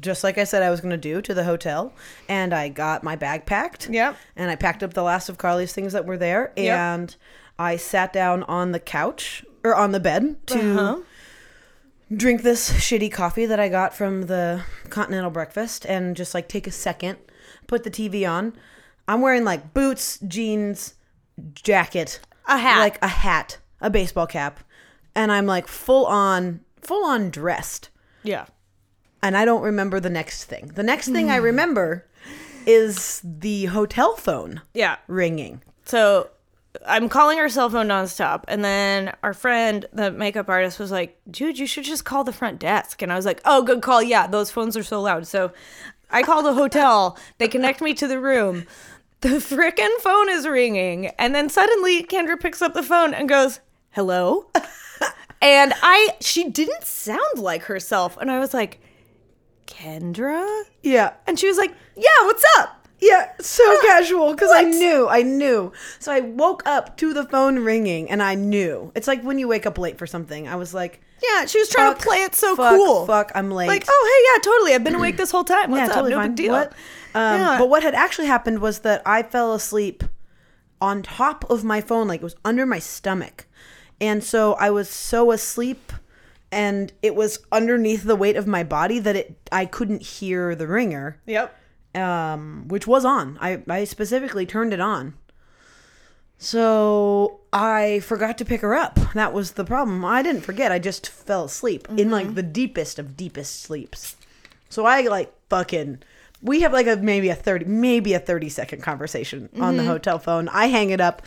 just like I said I was going to do to the hotel, and I got my bag packed.
Yep.
And I packed up the last of Carly's things that were there
Yep.
and I sat down on the couch or on the bed to
Uh-huh.
drink this shitty coffee that I got from the continental breakfast and just like take a second, put the TV on. I'm wearing like boots, jeans, jacket,
A hat.
like a hat, a baseball cap, and I'm like full on, full on dressed.
yeah.
And I don't remember the next thing. The next thing I
Hmm.
remember is the hotel phone
Yeah.
ringing.
So I'm calling her cell phone nonstop. And then our friend, the makeup artist, was like, dude, you should just call the front desk. And I was like, oh, good call. Yeah, those phones are so loud. So I call the hotel. They connect me to the room. The frickin' phone is ringing. And then suddenly Kendra picks up the phone and goes, hello? and I, she didn't sound like herself. And I was like, Kendra?
Yeah.
And she was like, yeah, what's up?
Yeah, so
Ah,
casual because I knew, I knew. So I woke up to the phone ringing, and I knew. It's like when you wake up late for something. I was like,
Yeah, she was trying
Fuck,
to play it so
fuck,
cool.
Fuck, I'm late.
like, oh hey, yeah, totally. I've been awake this whole time. What's up? no big deal.
What? Um,
Yeah.
But what had actually happened was that I fell asleep on top of my phone, like it was under my stomach, and so I was so asleep, and it was underneath the weight of my body that it I couldn't hear the ringer
Yep.
um, which was on. I, I specifically turned it on. So I forgot to pick her up. That was the problem. I didn't forget. I just fell asleep in
Mm-hmm.
like the deepest of deepest sleeps. So I like fucking. We have like a maybe a thirty maybe a thirty second conversation on
Mm-hmm.
the hotel phone. I hang it up,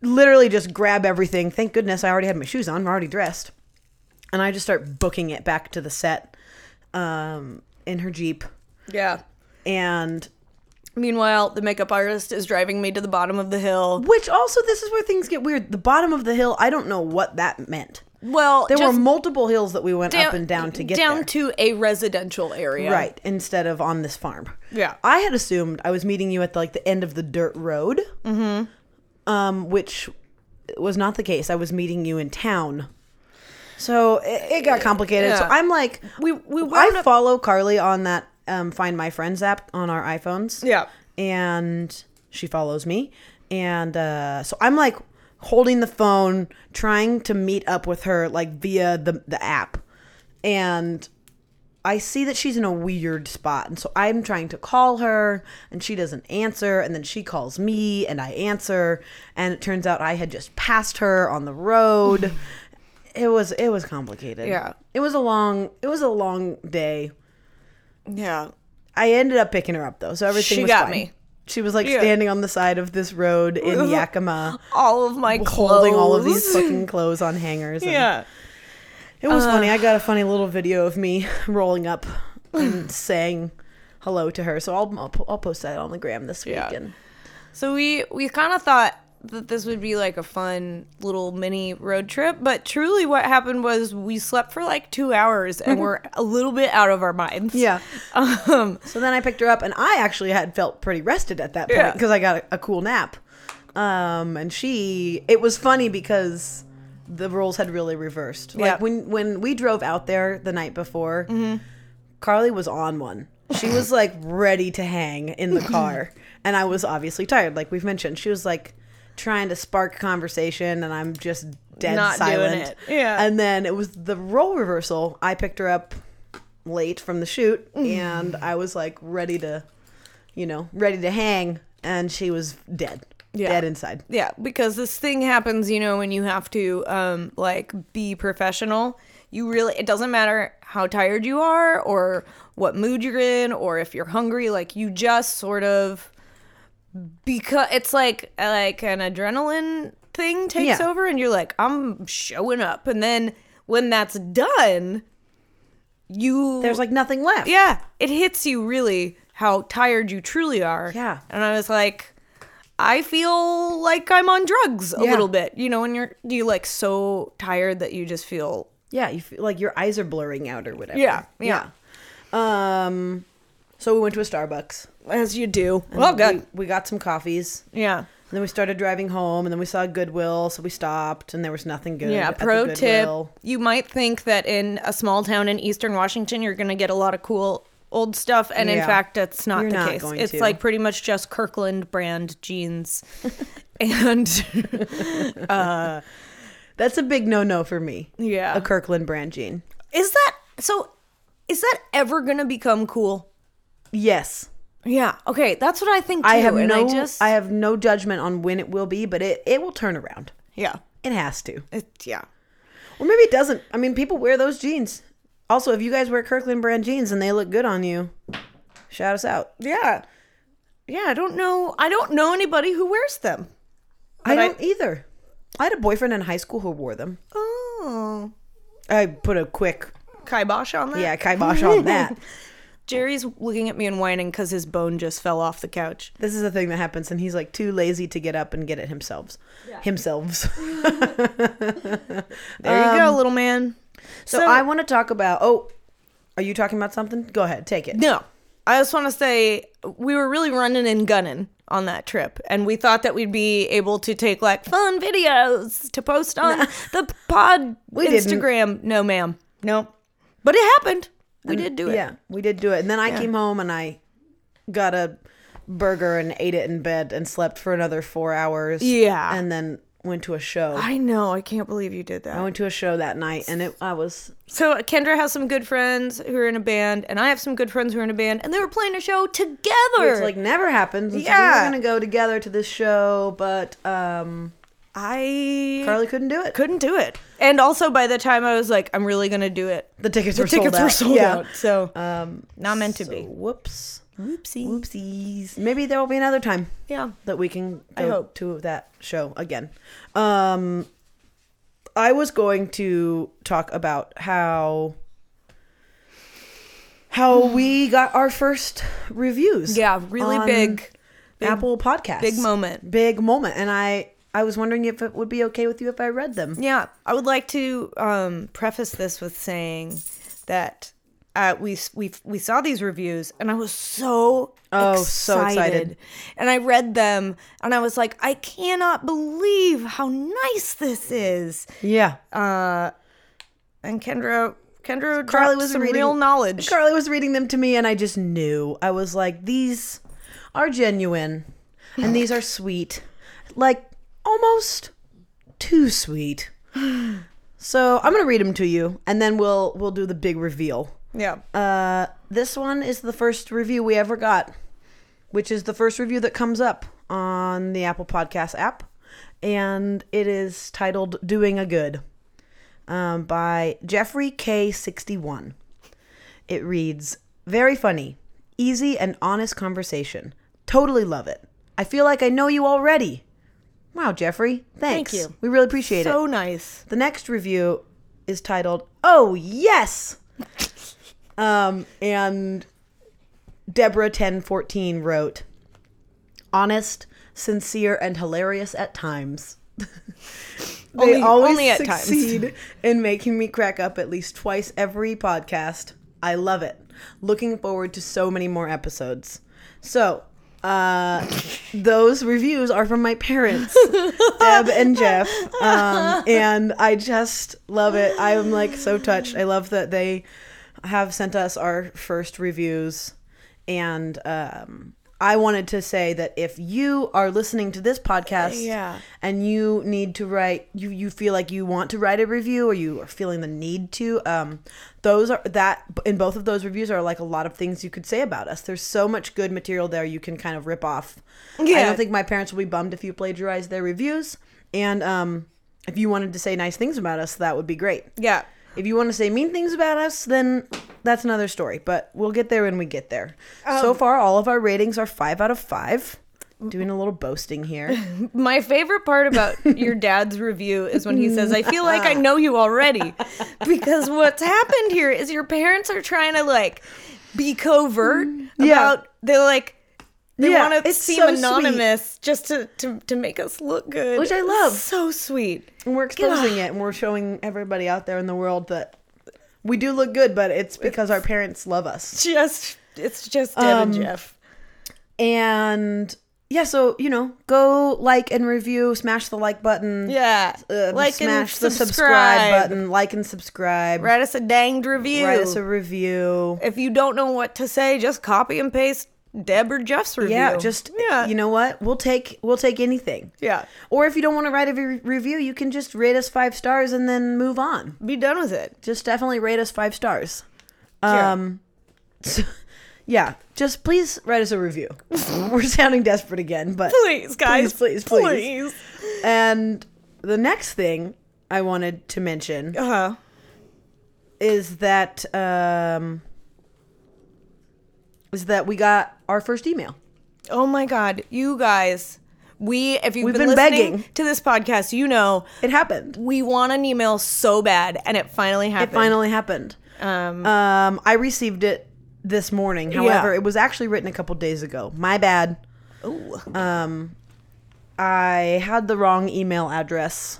literally just grab everything. Thank goodness I already had my shoes on. I'm already dressed, and I just start booking it back to the set, um, in her jeep,
Yeah.
and
Meanwhile, the makeup artist is driving me to the bottom of the hill.
Which also, this is where things get weird. The bottom of the hill, I don't know what that meant.
Well,
There were
just
multiple hills that we went up and down to get
down
there.
to a residential area.
right, instead of on this farm.
Yeah.
I had assumed I was meeting you at like the end of the dirt road, mm-hmm. um, which was not the case. I was meeting you in town. So it, it got complicated. So
Yeah.
I'm like,
We we wound
I
up,
follow Carly on that um, Find My Friends app on our iPhones.
Yeah.
And she follows me. And uh, so I'm like, holding the phone, trying to meet up with her like via the the app, and I see that she's in a weird spot. And so I'm trying to call her and she doesn't answer. And then she calls me and I answer. And it turns out I had just passed her on the road. it was it was complicated.
Yeah.
It was a long it was a long day.
Yeah.
I ended up picking her up though. So everything
She
was
got
fine.
me.
She was like
Yeah.
standing on the side of this road in Yakima
All of my clothes.
holding all of these fucking clothes on hangers. and-
Yeah. Uh.
It was funny. I got a funny little video of me rolling up and saying hello to her. So I'll I'll, po- I'll post that on the gram this
Yeah.
weekend.
So we we kind of thought that this would be like a fun little mini road trip, but truly what happened was we slept for like 2 hours
Mm-hmm.
and we're a little bit out of our minds. Um
So then I picked her up, and I actually had felt pretty rested at that point
Yeah.
because I got a, a cool nap. Um, and she, it was funny because the roles had really reversed. Like
Yeah. Mm-hmm.
when when we drove out there the night before, Carly was on one. She was like ready to hang in the car, and I was obviously tired. Like we've mentioned, she was like trying to spark conversation, and I'm just dead
Not doing
silent.
it. Yeah.
And then it was the role reversal. I picked her up late from the shoot
Mm.
and I was like ready to, you know, ready to hang. And she was dead,
Yeah.
dead inside.
yeah, because this thing happens, you know, when you have to um like be professional. You really it doesn't matter how tired you are or what mood you're in or if you're hungry, like you just sort of because it's like like an adrenaline thing takes
Yeah.
over and you're like I'm showing up and then when that's done you
There's like nothing left.
yeah, it hits you really how tired you truly are.
Yeah.
And I was like, I feel like I'm on drugs a
Yeah.
little bit. You know, when you're you like so tired that you just feel
Yeah. You feel like your eyes are blurring out or whatever.
Yeah, yeah.
Yeah. Um, so we went to a Starbucks.
as you do. Well, good.
We, we got some coffees.
Yeah.
And then we started driving home, and then we saw Goodwill, so we stopped, and there was nothing good.
Yeah,
at the
pro tip.
Goodwill.
You might think that in a small town in eastern Washington you're going to get a lot of cool old stuff and in
Yeah.
fact that's not
You're
the
not
case.
going
it's
to.
like pretty much just Kirkland brand jeans and
That's a big no-no for me.
Yeah.
a Kirkland brand jean.
Is that so? Is that ever gonna become cool?
Yes,
Yeah. Okay, that's what I think. Too.
I have
and
no,
I just.
I have no judgment on when it will be, but it it will turn around.
yeah.
It has to.
It, yeah.
Or maybe it doesn't. I mean, people wear those jeans. Also, if you guys wear Kirkland brand jeans and they look good on you, shout us out.
Yeah. Yeah. I don't know. I don't know anybody who wears them.
I
But I-
don't either. I had a boyfriend in high school who wore them.
Oh.
I put a quick
Kibosh on that.
yeah kibosh on that.
Jerry's looking at me and whining because his bone just fell off the couch.
This is the thing that happens, and he's like too lazy to get up and get it himself. Himself.
There you go, little man.
So, I want to talk about. Oh, are you talking about something? Go ahead, take it.
No. I just want to say we were really running and gunning on that trip, and we thought that we'd be able to take like fun videos to post on the pod
didn't.
Instagram. No, ma'am. No. But it happened. We did do it.
Yeah, we did do it, and then I came home and I got a burger and ate it in bed and slept for another four hours.
Yeah.
and then went to a show. I,
I know. I can't believe you did that.
went to a show that night, and it I was
So Kendra has some good friends who are in a band, and I have some good friends who are in a band, and they were playing a show together.
it's like never happened.
Yeah.
we were gonna go together to this show, but um,
I
Carly couldn't do it.
couldn't do it. And also, by the time I was like, I'm really gonna do it,
The tickets
the
were
tickets
sold
were
out.
sold
Yeah.
out. So
Um,
not meant to
so
be.
Whoops.
Whoopsie.
Whoopsies. Maybe there will be another time.
Yeah.
that we can go
I hope.
to that show again. Um, I was going to talk about how how we got our first reviews.
Yeah, really
on
big, big-
Apple Podcasts.
big moment.
Big moment. And I I was wondering if it would be okay with you if I read them.
Yeah. I would like to um, preface this with saying that uh, we, we we saw these reviews and I was so
Oh,
excited.
so excited.
And I read them and I was like, I cannot believe how nice this is.
Yeah.
And Kendra Kendra
Carly
dropped
was
some
reading-
real knowledge.
Carly was reading them to me, and I just knew. I was like, these are genuine, and these are sweet, like almost too sweet. So I'm gonna read them to you, and then we'll we'll do the big reveal.
Yeah.
Uh, this one is the first review we ever got, which is the first review that comes up on the Apple Podcast app, and it is titled "Doing a Good" um, by Jeffrey K sixty one. It reads Very funny, easy, and honest conversation. Totally love it. I feel like I know you already. Wow, Jeffrey. Thanks.
Thank you.
We really appreciate it.
so nice.
The next review is titled "Oh Yes," um, and Deborah ten fourteen wrote, "Honest, sincere, and hilarious at times." they
Only-
always
only at times.
succeed in making me crack up at least twice every podcast. I love it. Looking forward to so many more episodes. So. Uh, those reviews are from my parents. Deb and Jeff. Um, and I just love it. I'm like so touched. I love that they have sent us our first reviews. And um, I wanted to say that if you are listening to this podcast
Yeah.
and you need to write, you, you feel like you want to write a review or you are feeling the need to, um, those are that in both of those reviews are like a lot of things you could say about us. There's so much good material there you can kind of rip off. I
Yeah.
don't think my parents will be bummed if you plagiarize their reviews. And um, if you wanted to say nice things about us, that would be great.
Yeah.
If you want to say mean things about us, then that's another story. But we'll get there when we get there. so far, all of our ratings are five out of five. Doing a little boasting here.
My favorite part about your dad's review is when he says, I feel like I know you already. Because what's happened here is your parents are trying to like be covert
Mm, Yeah.
about they're like they
Yeah,
want to
it's
seem
so sweet.
anonymous just to, to to make us look good.
Which I love.
So sweet.
And we're exposing it and we're showing everybody out there in the world that we do look good, but it's because our parents love us.
Just it's just Deb and
Um,
Jeff.
And yeah, so, you know, go like and review, smash the like button.
Yeah.
uh,
like
smash
and
the subscribe button, like and subscribe,
Write us a danged review.
write us a review.
if you don't know what to say, just copy and paste Deb or Jeff's review.
Yeah, just
yeah,
you know what? We'll take we'll take anything.
yeah.
Or if you don't want to write a re- review, you can just rate us 5 stars and then move on.
Be done with it.
Just definitely rate us 5 stars.
Yeah.
Um yeah, just please write us a review. We're sounding desperate again, but
please, guys,
please, please.
please.
and the next thing I wanted to mention
Uh-huh.
is that um is that we got our first email.
Oh my God, you guys. We, if you've
We've
been,
been
listening
begging.
to this podcast, you know
It happened.
we want an email so bad, and it finally happened.
It finally happened.
um,
Um, I received it this morning. However,
Yeah.
it was actually written a couple days ago. My bad.
ooh.
I had the wrong email address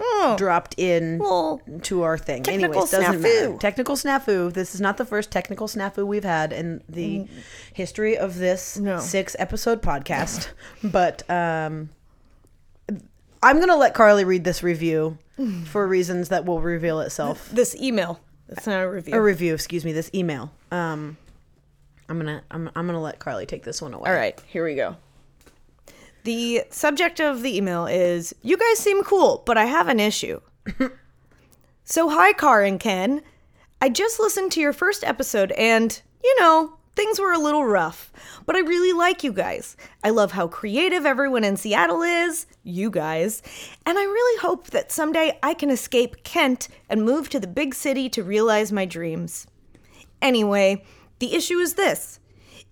Oh,
dropped in
well,
to our thing. Anyways,
Technical
doesn't matter.
snafu.
Technical snafu. This is not the first technical snafu we've had in the history of this
Mm. No.
six episode podcast. but um, I'm gonna let Carly read this review
Mm.
for reasons that will reveal itself.
this email. It's not a review.
a review, excuse me, this email. Um, I'm gonna I'm, I'm gonna let Carly take this one away.
All right, here we go. The subject of the email is You guys seem cool, but I have an issue. so, hi, Car and Ken. I just listened to your first episode and, you know, things were a little rough, but I really like you guys. I love how creative everyone in Seattle is, you guys, and I really hope that someday I can escape Kent and move to the big city to realize my dreams. Anyway, the issue is this.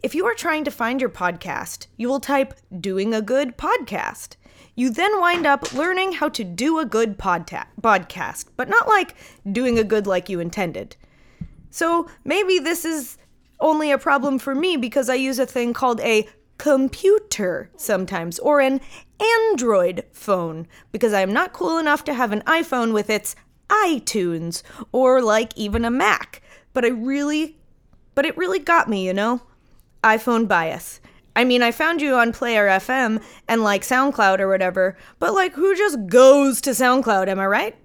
If you are trying to find your podcast, you will type doing a good podcast. You then wind up learning how to do a good podta- podcast, but not like doing a good like you intended. So maybe this is only a problem for me because I use a thing called a computer sometimes or an Android phone because I am not cool enough to have an iPhone with its iTunes or like even a Mac. But I really, but it really got me, you know? iPhone bias. I mean, I found you on Player FM and like SoundCloud or whatever, but like who just goes to SoundCloud, am I right?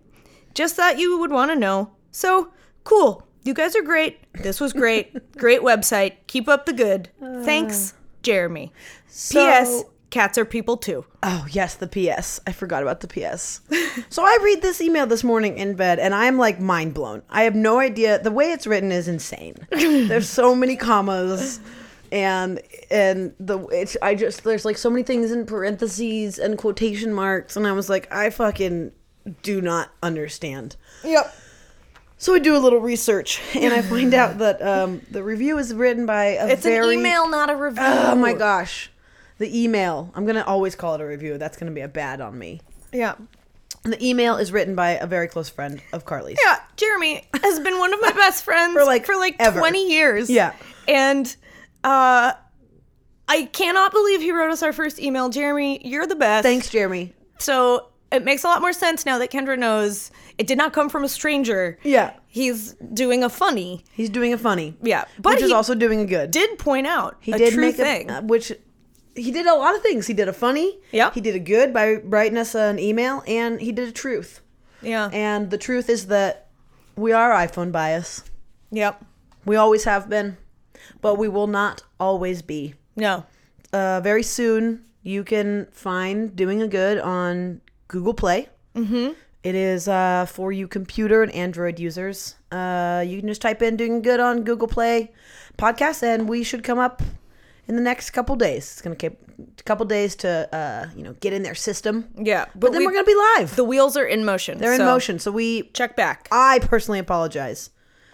Just thought you would want to know. So, cool. You guys are great. This was great. great website. Keep up the good. Thanks, Jeremy.
Uh. So
P.S. Cats are people too.
Oh, yes, the PS. I forgot about the PS. so I read this email this morning in bed and I'm like mind blown. I have no idea. The way it's written is insane. There's so many commas and and the it's I just there's like so many things in parentheses and quotation marks and I was like I fucking do not understand.
Yep.
So I do a little research and I find out that um, the review is written by a
It's
very
an email, not a review.
Oh my gosh. The email. I'm going to always call it a review. That's going to be a bad on me.
Yeah.
The email is written by a very close friend of Carly's.
Yeah, Jeremy has been one of my best friends
For, like,
for like
ever.
20 years.
Yeah.
And uh I cannot believe he wrote us our first email. Jeremy, you're the best.
Thanks, Jeremy.
So it makes a lot more sense now that Kendra knows it did not come from a stranger.
Yeah.
He's doing a funny.
He's doing a funny.
Yeah. But
which is
he
also doing a good.
did point out
he
a
did
true
make
thing.
a uh, which he did a lot of things. He did a funny.
Yep.
He did a good by writing us an email and he did a truth.
yeah.
And the truth is that we are iPhone bias.
yep.
We always have been, but we will not always be.
No.
uh, very soon you can find doing a good on google play mm-hmm. is uh, for you computer and android users uh, you can just type in doing good on google play podcast and we should come up in the next couple days it's going to take a couple days to uh, you know get in their system
Yeah.
but, then
we-
we, are going to be live
the wheels are in motion.
they're
so
in motion so we
Check back.
i personally apologize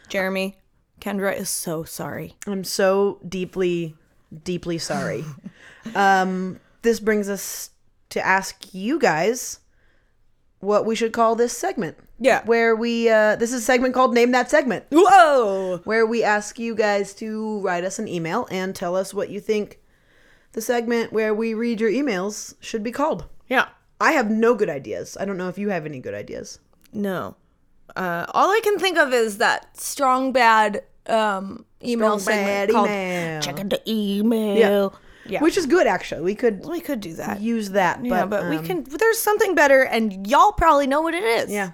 Jeremy, Kendra is so sorry.
I'm so deeply, deeply sorry. um, this brings us to ask you guys what we should call this segment.
Yeah.
Where we, uh, this is a segment called Name That Segment,
Whoa.
where we ask you guys to write us an email and tell us what you think the segment where we read your emails should be called.
Yeah.
I have no good ideas. I don't know if you have any good ideas.
No. Uh, all I can think of is that strong bad um, email
Strong
segment
bad
called
email.
"Check out the email." Yeah.
Which is good, actually. We could
we could do that.
use that.
yeah, but we
um,
can. There's something better, and y'all probably know what it is.
Yeah.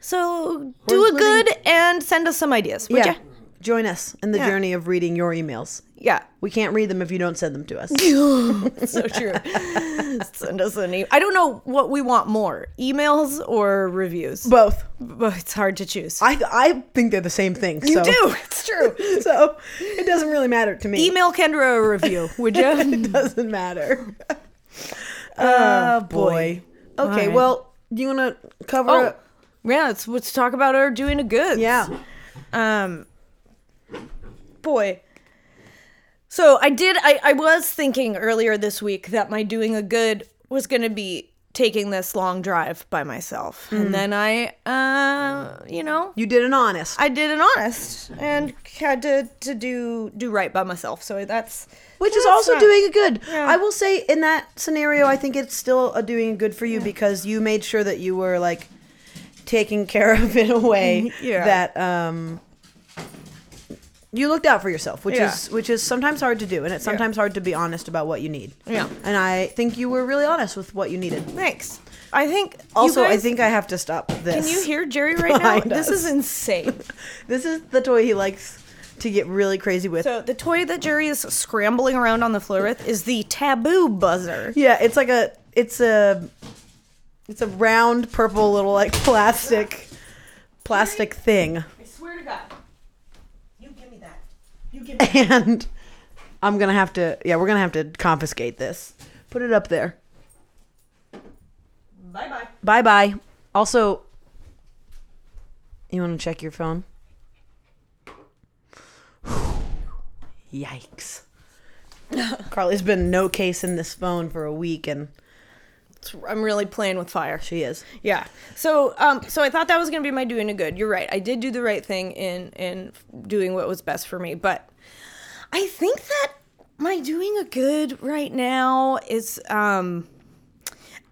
So do a
including-
good and send us some ideas. Would
yeah.
ya?
Join us in the
Yeah.
journey of reading your emails.
Yeah.
We can't read them if you don't send them to us.
so true. send us an email. I don't know what we want more: emails or reviews.
Both.
But it's hard to choose.
I I think they're the same thing.
you
so.
do. It's true.
So it doesn't really matter to me.
Email Kendra a review, would you?
It doesn't matter. oh boy. Okay.
right.
Well, do you want to cover?
oh, yeah. Let's, let's talk about our doing a good.
Yeah.
Um. Boy. So I did. I I was thinking earlier this week that my doing a good was going to be taking this long drive by myself, and then I, uh, you know,
You did an honest.
I did an honest and had to to do do right by myself. So that's
which is
that's
also
not-
doing a good.
Yeah.
I will say in that scenario, I think it's still a doing good for you because you made sure that you were like taking care of in a way
Mm-hmm. Yeah.
that um you looked out for yourself, which
Yeah.
is which is sometimes hard to do, and it's sometimes hard to be honest about what you need.
Yeah.
and I think you were really honest with what you needed.
Thanks. I think
Also,
you guys,
I think I have to stop this.
Can you hear Jerry right now?
behind
This
us.
is insane.
This is the toy he likes to get really crazy with.
So the toy that Jerry is scrambling around on the floor with is the taboo buzzer.
Yeah, it's like a it's a it's a round purple little like plastic plastic thing.
I swear to God. You give me that. You give me
And I'm going to have to yeah, we're going to have to confiscate this. Put it up there.
Bye bye.
Bye-bye. Also you want to check your phone? Yikes. Carly's been no case in this phone for a week and
I'm really playing with fire.
she is.
Yeah. So um so I thought that was going to be my doing a good. You're right. I did do the right thing in in doing what was best for me, but I think that my doing a good right now is um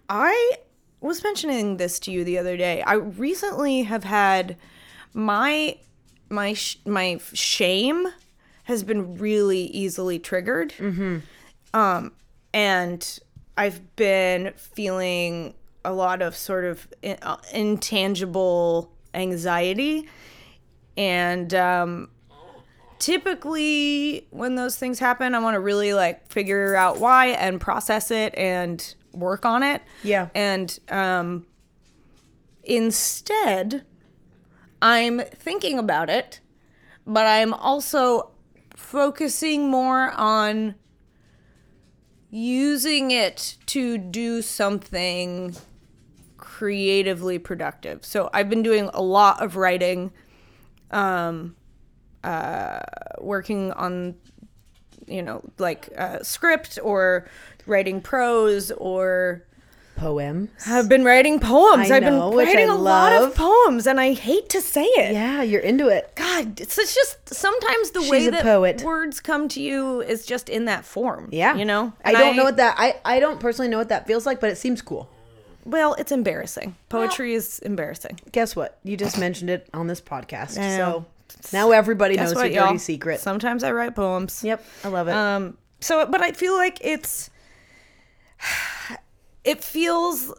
I was mentioning this to you the other day. I recently have had my my sh- my shame has been really easily triggered. Um, and I've been feeling a lot of sort of in, uh, intangible anxiety and um, typically when those things happen, I want to really like figure out why and process it and work on it.
Yeah.
And um instead I'm thinking about it, but I'm also focusing more on using it to do something creatively productive. So I've been doing a lot of writing um, uh, working on you know like uh, script or writing prose or
Poem.
i've been writing poems
I
i've
know,
been
which I
writing a lot
love.
of poems and i hate to say it
Yeah, you're into it.
god it's, it's just sometimes the way
She's a
that
poet.
words come to you is just in that form
Yeah.
you know
I
And
don't know what that I, I don't personally know what that feels like, but it seems cool.
well it's embarrassing poetry is embarrassing
Guess what? You just mentioned it on this podcast.
I
So
know.
now everybody
Guess
knows
what,
your
y'all?
dirty secret.
sometimes i write poems
yep, I love it.
Um, so, but I feel like it's, it feels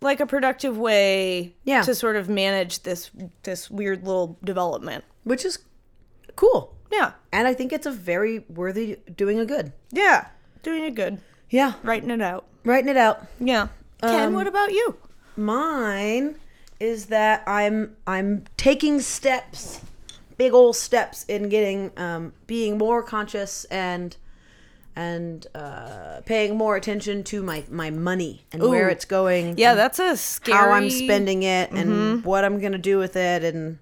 like a productive way
Yeah.
to sort of manage this, this weird little development.
Which is cool.
Yeah.
And I think it's a very worthy doing a good.
Yeah. Doing it good.
Yeah.
Writing it out.
Writing it out.
Yeah. Ken,
Um,
what about you?
Mine is that I'm I'm taking steps, big old steps in getting um, being more conscious and and uh, paying more attention to my my money and where
Ooh.
it's going.
Yeah, Mm-hmm.
and
that's a scary.
how I'm spending it and what I'm gonna do with it and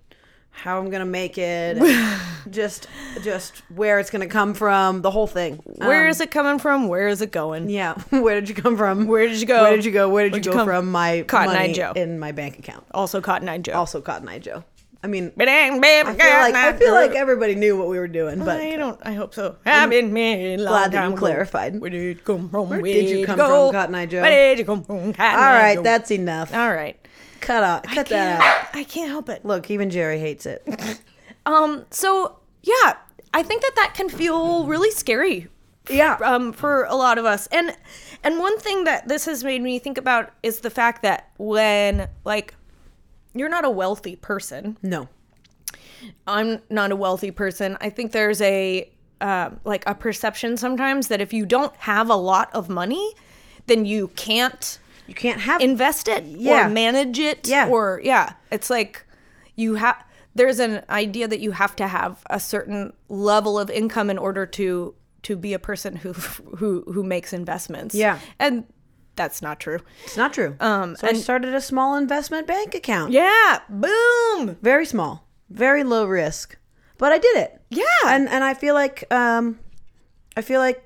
how I'm gonna make it. and just just where it's gonna come from, the whole thing.
Where
Um,
is it coming from? Where is it going?
yeah, where did you come from?
Where did you go?
Where did you go? Where did you
Where'd you
go
come-
from? My
Cotton Eye
money
Joe.
in my bank account
Also Cotton Eye Joe.
also Cotton Eye Joe. I mean, I
Ba-dang, bam,
feel like I
Cotton
feel
Eye
like
Joe.
everybody knew what we were doing, but
I don't. I hope so. I've been married.
glad that you clarified.
Where did you come from? Where,
did you come
go?
from, Cotton Eye Joe?
Where did you come from, Cotton
all
Eye
right,
Joe?
that's enough.
all right.
Cut off, cut that out.
I can't help it.
Look, even Jerry hates it.
Um. So yeah, I think that that can feel really scary
Yeah,
um, for a lot of us. And and one thing that this has made me think about is the fact that when like you're not a wealthy person,
no,
I'm not a wealthy person. I think there's a um like a perception sometimes that if you don't have a lot of money, then you can't
you can't have.
invest it
Yeah.
or manage it
Yeah.
or yeah. It's like you have there's an idea that you have to have a certain level of income in order to to be a person who who who makes investments.
Yeah.
And that's not true.
it's not true. Um, so I started a small investment bank account.
Yeah. Boom.
very small, very low risk, but I did it.
Yeah.
and and I feel like um, I feel like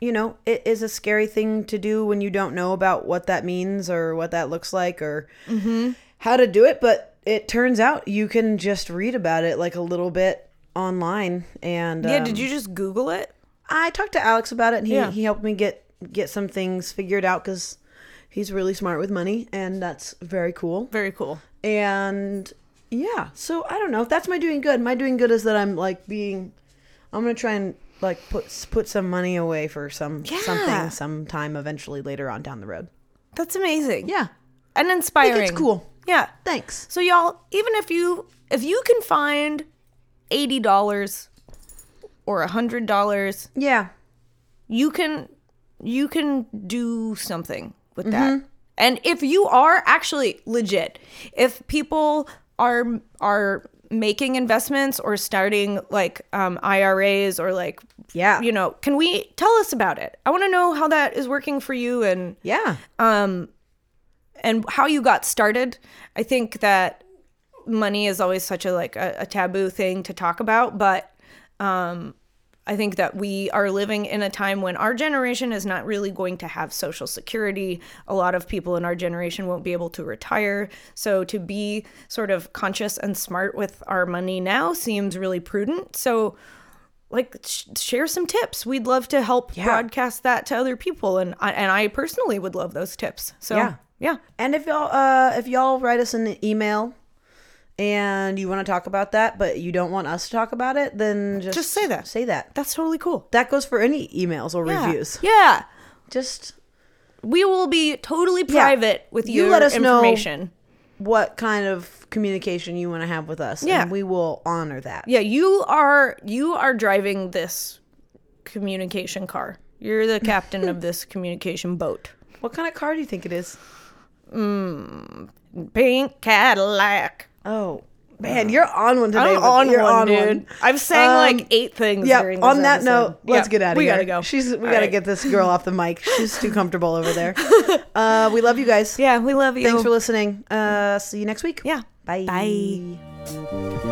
you know it is a scary thing to do when you don't know about what that means or what that looks like or
Mm-hmm.
how to do it. But it turns out you can just read about it like a little bit online. And
yeah,
um,
did you just Google it?
I talked to Alex about it, and he,
Yeah.
he helped me get get some things figured out because he's really smart with money, and that's very cool
Very cool.
and yeah so i don't know if that's my doing good my doing good is that i'm like being i'm gonna try and like put put some money away for some
Yeah.
something sometime eventually later on down the road
That's amazing.
yeah
and inspiring.
cool.
Yeah.
thanks
So y'all, even if you if you can find eighty dollars or a hundred dollars,
yeah
you can you can do something with that. And if you are actually legit, if people are are making investments or starting like um, IRAs or like
Yeah.
you know, can we tell us about it? I want to know how that is working for you and
yeah
and how you got started. I think that money is always such a like a, a taboo thing to talk about, but um I think that we are living in a time when our generation is not really going to have social security. A lot of people in our generation won't be able to retire. So to be sort of conscious and smart with our money now seems really prudent. So like sh- share some tips. We'd love to help broadcast that to other people and I, and I personally would love those tips. So
Yeah.
yeah.
and if y'all uh if y'all write us an email and you want to talk about that but you don't want us to talk about it then just
Just say that.
say that
That's totally cool.
that goes for any emails or
Yeah.
reviews
Yeah.
just
We will be totally private with
You
your
let us know-
information.
what kind of communication you want to have with us.
Yeah.
And we will honor that.
Yeah, you are you are driving this communication car. You're the captain of this communication boat.
What kind of car do you think it is?
Pink Cadillac.
Oh, man, you're on one today.
I'm
but
on
you're
one,
on
dude.
one. Um,
I've sang like eight things.
Yeah.
during this
On that
episode.
note, let's
Yeah,
get out of
we
here.
gotta go.
She's we
All
gotta
right.
get this girl off the mic. She's too comfortable over there. Uh, we love you guys.
Yeah, we love you.
Thanks for listening. Uh, see you next week.
Yeah.
Bye.
Bye.